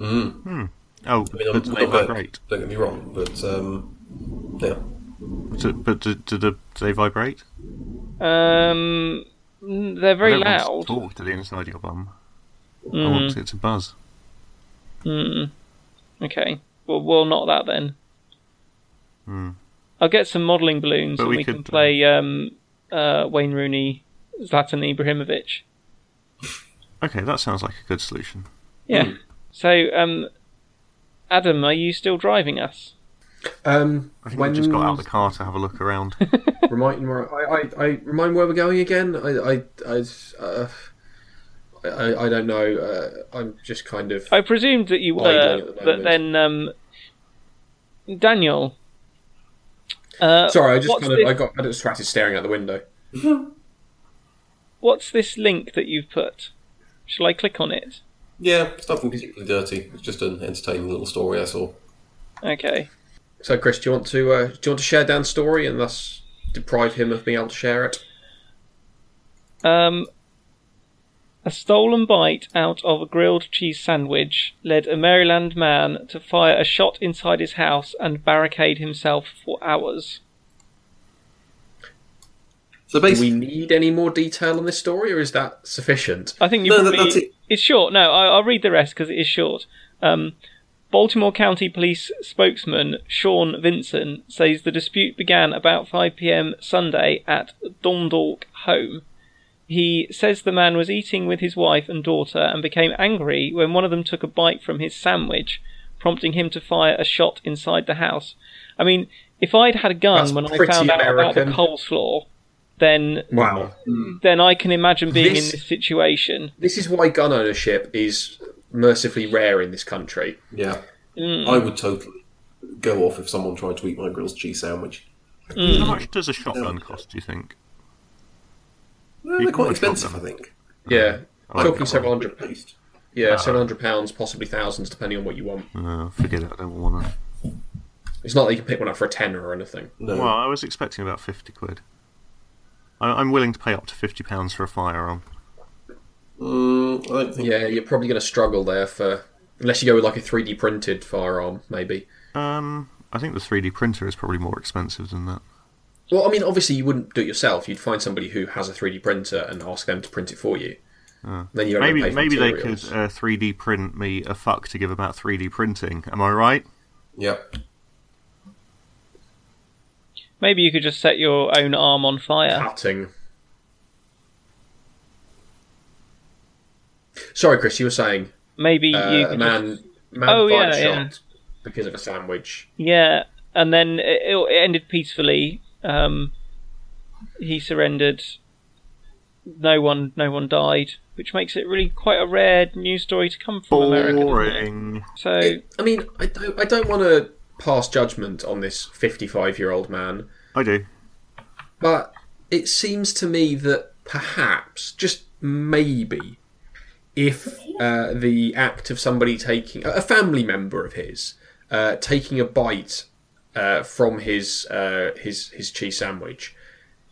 S4: Mm.
S3: Oh,
S4: I mean, I'm
S3: but
S4: not
S3: they
S4: hurt,
S3: vibrate.
S4: Don't get me wrong, but um, yeah.
S3: So- but do, do, the- do they vibrate?
S2: Um, they're very
S3: I don't
S2: loud.
S3: Want to talk to the inside of your bum. I
S2: Mm.
S3: want it to buzz.
S2: Mm. Okay. Well, we'll not that then.
S3: Hmm.
S2: I'll get some modelling balloons
S3: But
S2: and
S3: we
S2: we, can
S3: could, uh,
S2: play um, uh, Wayne Rooney, Zlatan Ibrahimovic.
S3: Okay, that sounds like a good solution.
S2: Yeah.
S3: Hmm.
S2: So, um, Adam, are you still driving us?
S1: Um,
S3: I think
S1: when
S3: we just got out of the car to have a look around.
S1: remind me where- I, I, I remind where we're going again. I I I, uh, I, I- I don't know. Uh, I'm just kind of
S2: I presumed that you
S1: Idling at the
S2: were, but
S1: moment.
S2: then um, Daniel. Uh,
S1: sorry. I just
S2: what's
S1: kind of
S2: this,
S1: I got I distracted staring out the window.
S2: What's this link that you've put? Shall I click on it?
S4: Yeah, it's nothing particularly dirty. It's just an entertaining little story, that's all.
S2: Okay.
S1: So Chris, do you want to uh, do you want to share Dan's story and thus deprive him of being able to share it?
S2: Um, a stolen bite out of a grilled cheese sandwich led a Maryland man to fire a shot inside his house and barricade himself for hours.
S4: So
S1: Do we
S4: basically,
S1: need any more detail on this story, or is that sufficient?
S2: I think you
S4: No, that-
S2: probably
S4: that's it.
S2: it's short. No, I, I'll read the rest because it is short. Um, Baltimore County Police spokesman Sean Vinson says the dispute began about 5 p.m. Sunday at Dondalk home. He says the man was eating with his wife and daughter and became angry when one of them took a bite from his sandwich, prompting him to fire a shot inside the house. I mean, if I'd had a gun
S1: That's
S2: when I
S1: pretty
S2: found out about
S1: American.
S2: the coleslaw, then
S1: Wow,
S2: then I can imagine being
S1: This-
S2: in this situation.
S1: this is why gun ownership is mercifully rare in this country.
S4: yeah.
S1: Mm.
S4: I would totally go off if someone tried to eat my grilled cheese sandwich.
S3: How much does a shotgun cost, do you think?
S4: Well,
S3: You
S4: they're
S3: can
S4: quite
S3: watch
S4: expensive, I
S3: them.
S4: think.
S1: Yeah,
S3: I like
S1: talking
S3: that
S1: several
S3: one. Ah.
S1: hundred.
S4: At least.
S1: Yeah, seven hundred pounds, possibly thousands, depending on what you want.
S3: Uh, forget it, I don't want to.
S1: It's not that you can pick one up for a tenner or anything.
S4: No.
S3: Well, I was expecting about 50 quid. I- I'm willing to pay up to £50 pounds for a firearm.
S4: Mm, I don't think.
S1: Yeah, you're probably going to struggle there for unless you go with like a 3D printed firearm, maybe.
S3: Um, I think the 3D printer is probably more expensive than that.
S1: Well, I mean, obviously you wouldn't do it yourself. You'd find somebody who has a 3D printer and ask them to print it for you. then you don't have to
S3: Ah. Maybe
S1: pay for
S3: maybe they could
S1: materials.
S3: uh, 3D print me a fuck to give about 3D printing. Am I right?
S4: Yep.
S2: Maybe you could just set your own arm on fire.
S1: cutting. Sorry, Chris, you were saying
S2: Maybe you
S1: uh, a
S2: could
S1: man
S2: just-
S1: man
S2: Oh,
S1: fired a
S2: yeah, yeah.
S1: shot because of a sandwich.
S2: yeah, and then it, it ended peacefully. Um, he surrendered. No one, no one died, which makes it really quite a rare news story to come from America. doesn't it?
S3: Boring.
S2: So
S1: I mean, I don't, I don't want to pass judgment on this 55 year old man,
S3: I do.
S1: but it seems to me that perhaps, just maybe, if uh, the act of somebody taking, a family member of his, uh, taking a bite uh, from his, uh, his, his cheese sandwich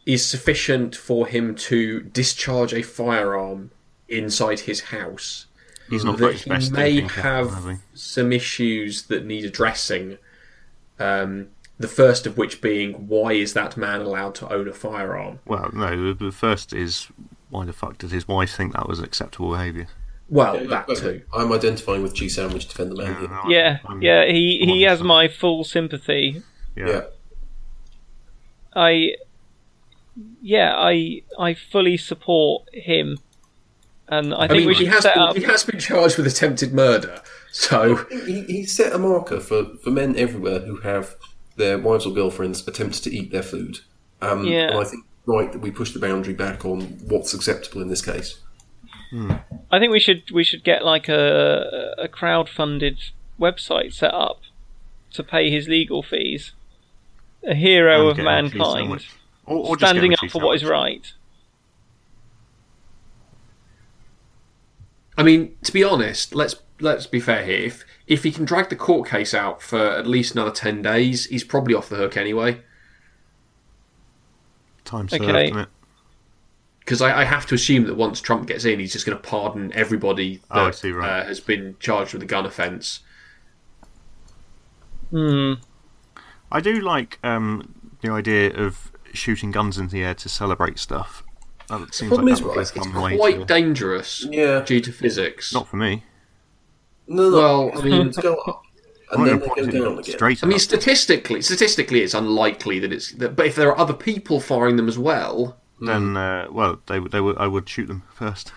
S1: is sufficient for him to discharge a firearm inside his house
S3: He's not got
S1: that
S3: his
S1: he
S3: best
S1: may
S3: thinking cap,
S1: have
S3: he?
S1: some issues that need addressing. Um, the first of which being, why is that man allowed to own a firearm?
S3: Well, no. The, the first is why the fuck did his wife think that was acceptable behaviour?
S1: Well,
S4: Yeah,
S1: that
S4: but
S1: too.
S4: I'm identifying with cheese sandwich defender man here.
S3: No,
S2: yeah,
S3: I'm-
S2: yeah, he he
S3: I'm
S2: has
S3: sorry.
S2: my full sympathy.
S3: Yeah.
S4: Yeah.
S2: I, yeah, I I fully support him. And I
S1: I
S2: think
S1: mean,
S2: we
S1: he
S2: should
S1: has
S2: set
S1: been,
S2: up.
S1: he has been charged with attempted murder. So
S4: He, he set a marker for, for men everywhere who have their wives or girlfriends attempt to eat their food. Um,
S2: Yeah.
S4: And I think it's right that we push the boundary back on what's acceptable in this case.
S2: I think we should we should get like a a crowd funded website set up to pay his legal fees. A hero
S3: And
S2: of
S3: get him a cheese
S2: mankind,
S3: sandwich. Or, or just get him
S2: standing
S3: a
S2: up
S3: cheese
S2: for what is
S3: sandwich.
S2: right.
S1: I mean, to be honest, let's let's be fair here. If if he can drag the court case out for at least another ten days, he's probably off the hook anyway.
S3: Time served,
S2: Okay.
S3: isn't it?
S1: Because I, I have to assume that once Trump gets in, he's just going to pardon everybody that
S3: Oh, I see, right.
S1: uh, has been charged with a gun offence.
S2: Hmm.
S3: I do like um, the idea of shooting guns into the air to celebrate stuff. That seems like
S4: problem is,
S3: that would be a
S4: right, it's
S3: fun way
S1: Quite
S3: to...
S1: dangerous
S4: Yeah.
S1: due to physics.
S3: Not for me.
S4: No, no.
S1: well, I mean,
S4: it's go up
S3: I'm
S4: and
S3: going
S4: then
S3: to
S4: they
S3: point
S4: go
S3: it
S4: down again.
S3: straight
S1: I mean,
S3: up.
S1: statistically, statistically, it's unlikely that it's. That, but if there are other people firing them as well,
S3: Then, uh, well, they, would- they would, I would shoot them first.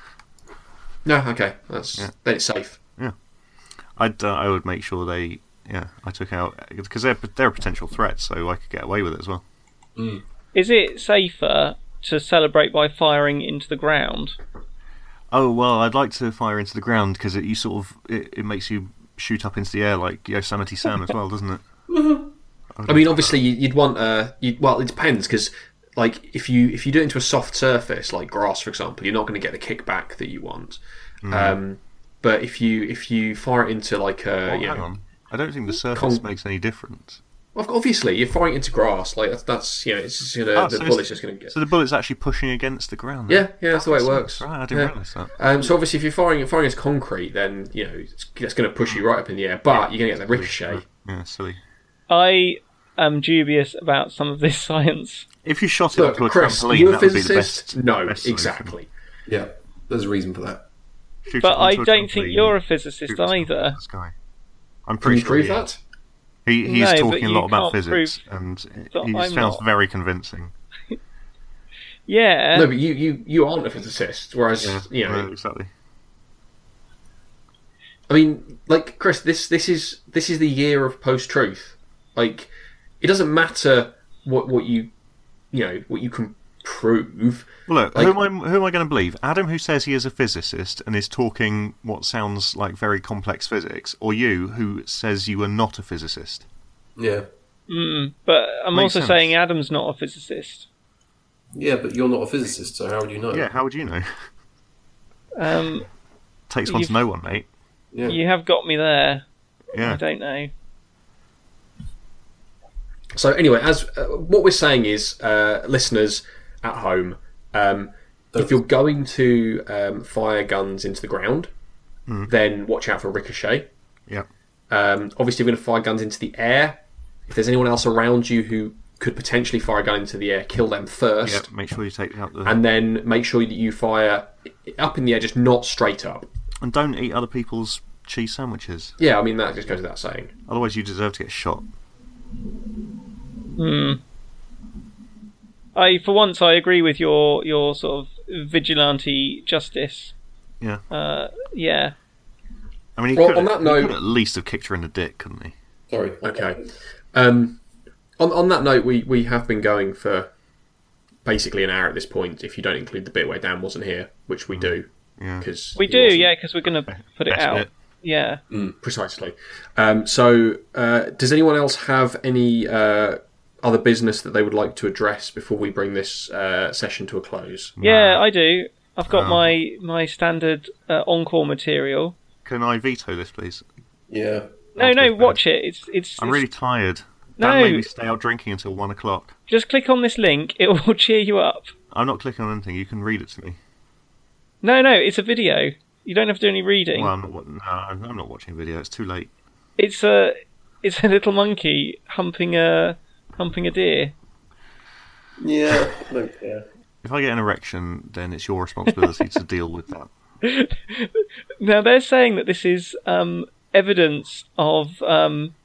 S1: no, okay, that's then it's safe.
S3: I'd, uh, I would make sure they, yeah, I took out because they're they're a potential threat, so I could get away with it as well.
S2: Is it safer to celebrate by firing into the ground?
S3: Oh well, I'd like to fire into the ground because it you sort of it, it makes you shoot up into the air like Yosemite Sam as well, doesn't it?
S1: I mean, obviously, you- you'd want uh, you well, it depends because, like, if you if you do it into a soft surface like grass, for example, you're not going to get the kickback that you want.
S3: Mm.
S1: Um, but if you if you fire it into like a
S3: Oh,
S1: you
S3: hang
S1: know,
S3: on, I don't think the surface
S1: Con-
S3: makes any difference.
S1: Well, obviously you're firing it into grass, like that's, that's you know it's just gonna
S3: Oh,
S1: the
S3: so
S1: bullet's
S3: it's-
S1: just gonna get.
S3: So the bullet's actually pushing against the ground.
S1: yeah, yeah, that's the way it
S3: That's
S1: works.
S3: Right, I didn't
S1: Yeah.
S3: realise that.
S1: Um, so obviously, if you're firing, if firing as concrete, then you know it's, it's going to push you right up in the air, but you're going to get the ricochet.
S3: Yeah, silly.
S2: I am dubious about some of this science.
S3: If you shot it
S1: Look,
S3: to a
S1: Chris,
S3: trampoline,
S1: you're a
S3: that would be the best.
S1: physicist. no,
S3: best solution.
S1: exactly.
S4: Yeah, there's a reason for that.
S3: Shoot it
S2: But I
S3: onto a
S2: don't think
S3: trampoline,
S2: you're a
S3: shoot
S2: physicist
S3: it into
S2: either.
S3: the Sky. I'm
S1: Can
S3: pretty
S1: you
S3: sure
S1: prove
S3: he is.
S1: that?
S3: He, he's
S2: No, but
S3: talking a lot
S2: you can't
S3: about physics,
S2: prove
S3: and
S2: that
S3: he
S2: I'm
S3: sounds
S2: not.
S3: very convincing.
S2: Yeah.
S1: No, but you, you, you aren't a physicist, whereas you know
S3: well, exactly.
S1: I mean, like Chris, this this is this is the year of post truth. Like, it doesn't matter what what you you know what you can prove.
S3: Well, Look,
S1: Like-
S3: who am I? Who am I going to believe? Adam, who says he is a physicist and is talking what sounds like very complex physics, or you, who says you are not a physicist?
S4: Yeah.
S2: Mm, but I'm
S3: Makes
S2: also
S3: sense.
S2: saying Adam's not a physicist.
S4: Yeah, but you're not a physicist, so how would you know?
S3: Yeah, how would you know?
S2: Um,
S3: Takes one
S2: You've-
S3: to know one, mate.
S4: Yeah.
S2: you have got me there. I
S3: Yeah,
S2: don't know.
S1: So anyway, as uh, what we're saying is, uh, listeners at home, um, if you're going to um, fire guns into the ground, then watch out for ricochet.
S3: yeah.
S1: Um, obviously, we're going to fire guns into the air. If there's anyone else around you who could potentially fire a gun into the air, kill them first.
S3: Yeah, make sure you take out the
S1: and
S3: and,
S1: then make sure that you fire up in the air, just not straight up.
S3: don't eat other people's cheese sandwiches.
S1: Yeah, I mean that just goes without saying.
S3: Otherwise, you deserve to get shot.
S2: I, for once, I agree with your your sort of vigilante justice.
S3: Yeah.
S2: Uh, yeah.
S3: I mean, he
S1: Well,
S3: could,
S1: on that
S3: he
S1: note-
S3: could at least have kicked her in the dick, couldn't he?
S4: Sorry.
S1: Okay. Um, on on that note, we we have been going for basically an hour at this point. If you don't include the bit where Dan wasn't here, which we do,
S3: Yeah.
S1: because
S2: We do, yeah, because we're going to put it
S3: Best
S2: out.
S3: bit.
S2: Yeah.
S1: precisely. Um, so, uh, does anyone else have any uh, other business that they would like to address before we bring this uh, session to a close?
S2: Yeah, I do. I've got
S3: Oh.
S2: my my standard uh, encore material.
S3: Can I veto this, please?
S4: Yeah.
S2: No,
S3: I'll
S2: no,
S3: take that.
S2: watch it. It's it's.
S3: I'm
S2: it's-
S3: really tired.
S2: No.
S3: Dan made me stay out drinking until one o'clock.
S2: Just click on this link. It will cheer you up.
S3: I'm not clicking on anything. You can read it to me.
S2: No, no, it's a video. You don't have to do any reading.
S3: Well, I'm not, wa- no, I'm not watching video. It's too late.
S2: It's a it's a little monkey humping a humping a deer.
S4: Yeah. No, yeah.
S3: If I get an erection, then it's your responsibility to deal with that.
S2: Now they're saying that this is um, evidence of um,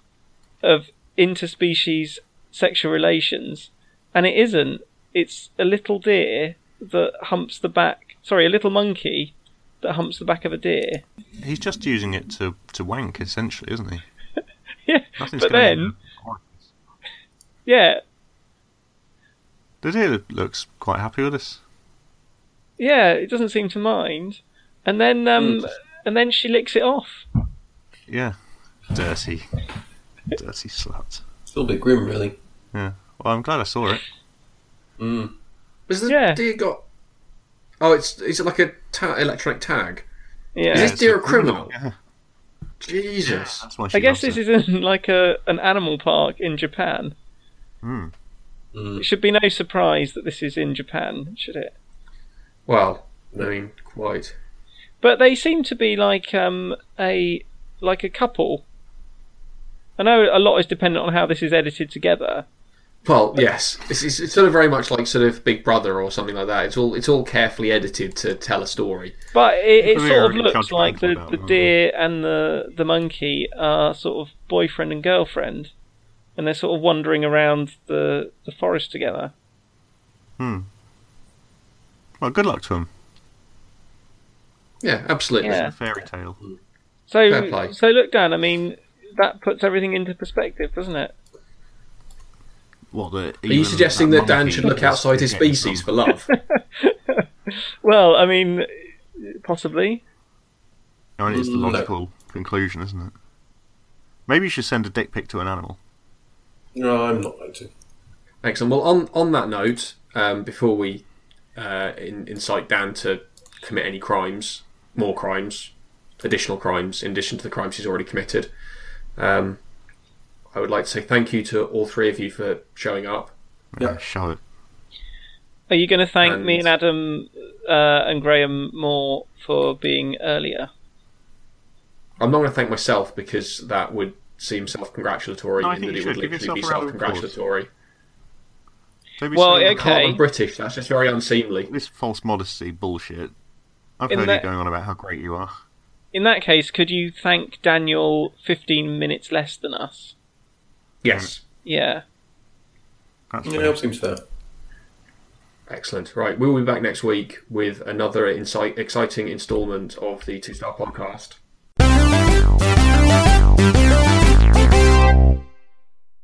S2: of interspecies sexual relations, and it isn't. It's a little deer that humps the back. Sorry, a little monkey that humps the back of a deer.
S3: He's just using it to, to wank, essentially, isn't he?
S2: Yeah,
S3: Nothing's
S2: but
S3: going
S2: then,
S3: on.
S2: yeah,
S3: The deer looks quite happy with this.
S2: yeah, it doesn't seem to mind. And then, um,
S1: Hmm.
S2: and then she licks it off.
S3: Yeah. Dirty. Dirty slut.
S4: It's a little bit grim, really.
S3: Yeah. Well, I'm glad I saw it.
S4: Mm.
S1: Has the
S2: Yeah.
S1: deer got? Oh, it's is it like a ta- electronic tag?
S2: Yeah,
S1: Is
S3: Yeah,
S1: this
S3: it's
S1: deer
S3: a
S1: a criminal?
S3: Yeah.
S1: Jesus.
S3: That's why she
S2: I guess
S3: loves
S2: this isn't like a an animal park in Japan.
S3: it.
S1: Hmm.
S3: Mm.
S4: Mm.
S2: It should be no surprise that this is in Japan, should it?
S1: Well, I mean, quite.
S2: But they seem to be like um, a like a couple. I know a lot is dependent on how this is edited together.
S1: Well, yes, it's, it's, it's sort of very much like sort of Big Brother or something like that. It's all it's all carefully edited to tell a story.
S2: But it, it
S3: Probably
S2: sort of
S3: already
S2: looks
S3: judgmental
S2: like the,
S3: about
S2: the
S3: them, aren't they?
S2: deer and the, the monkey are sort of boyfriend and girlfriend, and they're sort of wandering around the, the forest together.
S3: Well, good luck to him.
S1: Yeah, absolutely.
S2: Yeah.
S3: It's a fairy tale.
S1: Fair
S2: So
S1: play.
S2: so look, Dan. I mean, that puts everything into perspective, doesn't it?
S3: What, the,
S1: Are you suggesting that Dan should look outside his species for love?
S2: Well, I mean, possibly.
S3: I mean, it's the
S4: No.
S3: logical conclusion, isn't it? Maybe you should send a dick pic to an animal.
S4: No, I'm not going to.
S1: Excellent. Well, on on that note, um, before we uh, in, incite Dan to commit any crimes, more crimes, additional crimes in addition to the crimes he's already committed, um, I would like to say thank you to all three of you for showing up.
S4: Yeah.
S3: show it.
S2: Are you going to thank me
S1: And-
S2: and Adam uh, and Graham more for being earlier?
S1: I'm not going to thank myself because that would seem self-congratulatory,
S3: No, I
S1: and
S3: think
S1: that
S3: you
S1: it would
S3: should. Give
S1: literally be
S3: yourself a round of applause.
S1: self-congratulatory.
S3: Don't be
S2: Well,
S3: saying
S2: okay.
S1: Can't I'm British. That's just very unseemly.
S3: this false modesty bullshit. I've
S2: In
S3: heard
S2: that-
S3: you going on about how great you are.
S2: In that case, could you thank Daniel 15 minutes less than us?
S1: Yes.
S2: Yeah.
S3: That's
S4: Yeah,
S3: fair.
S4: that seems fair.
S1: Excellent. Right, we'll be back next week with another insight, exciting instalment of the Two Star Podcast.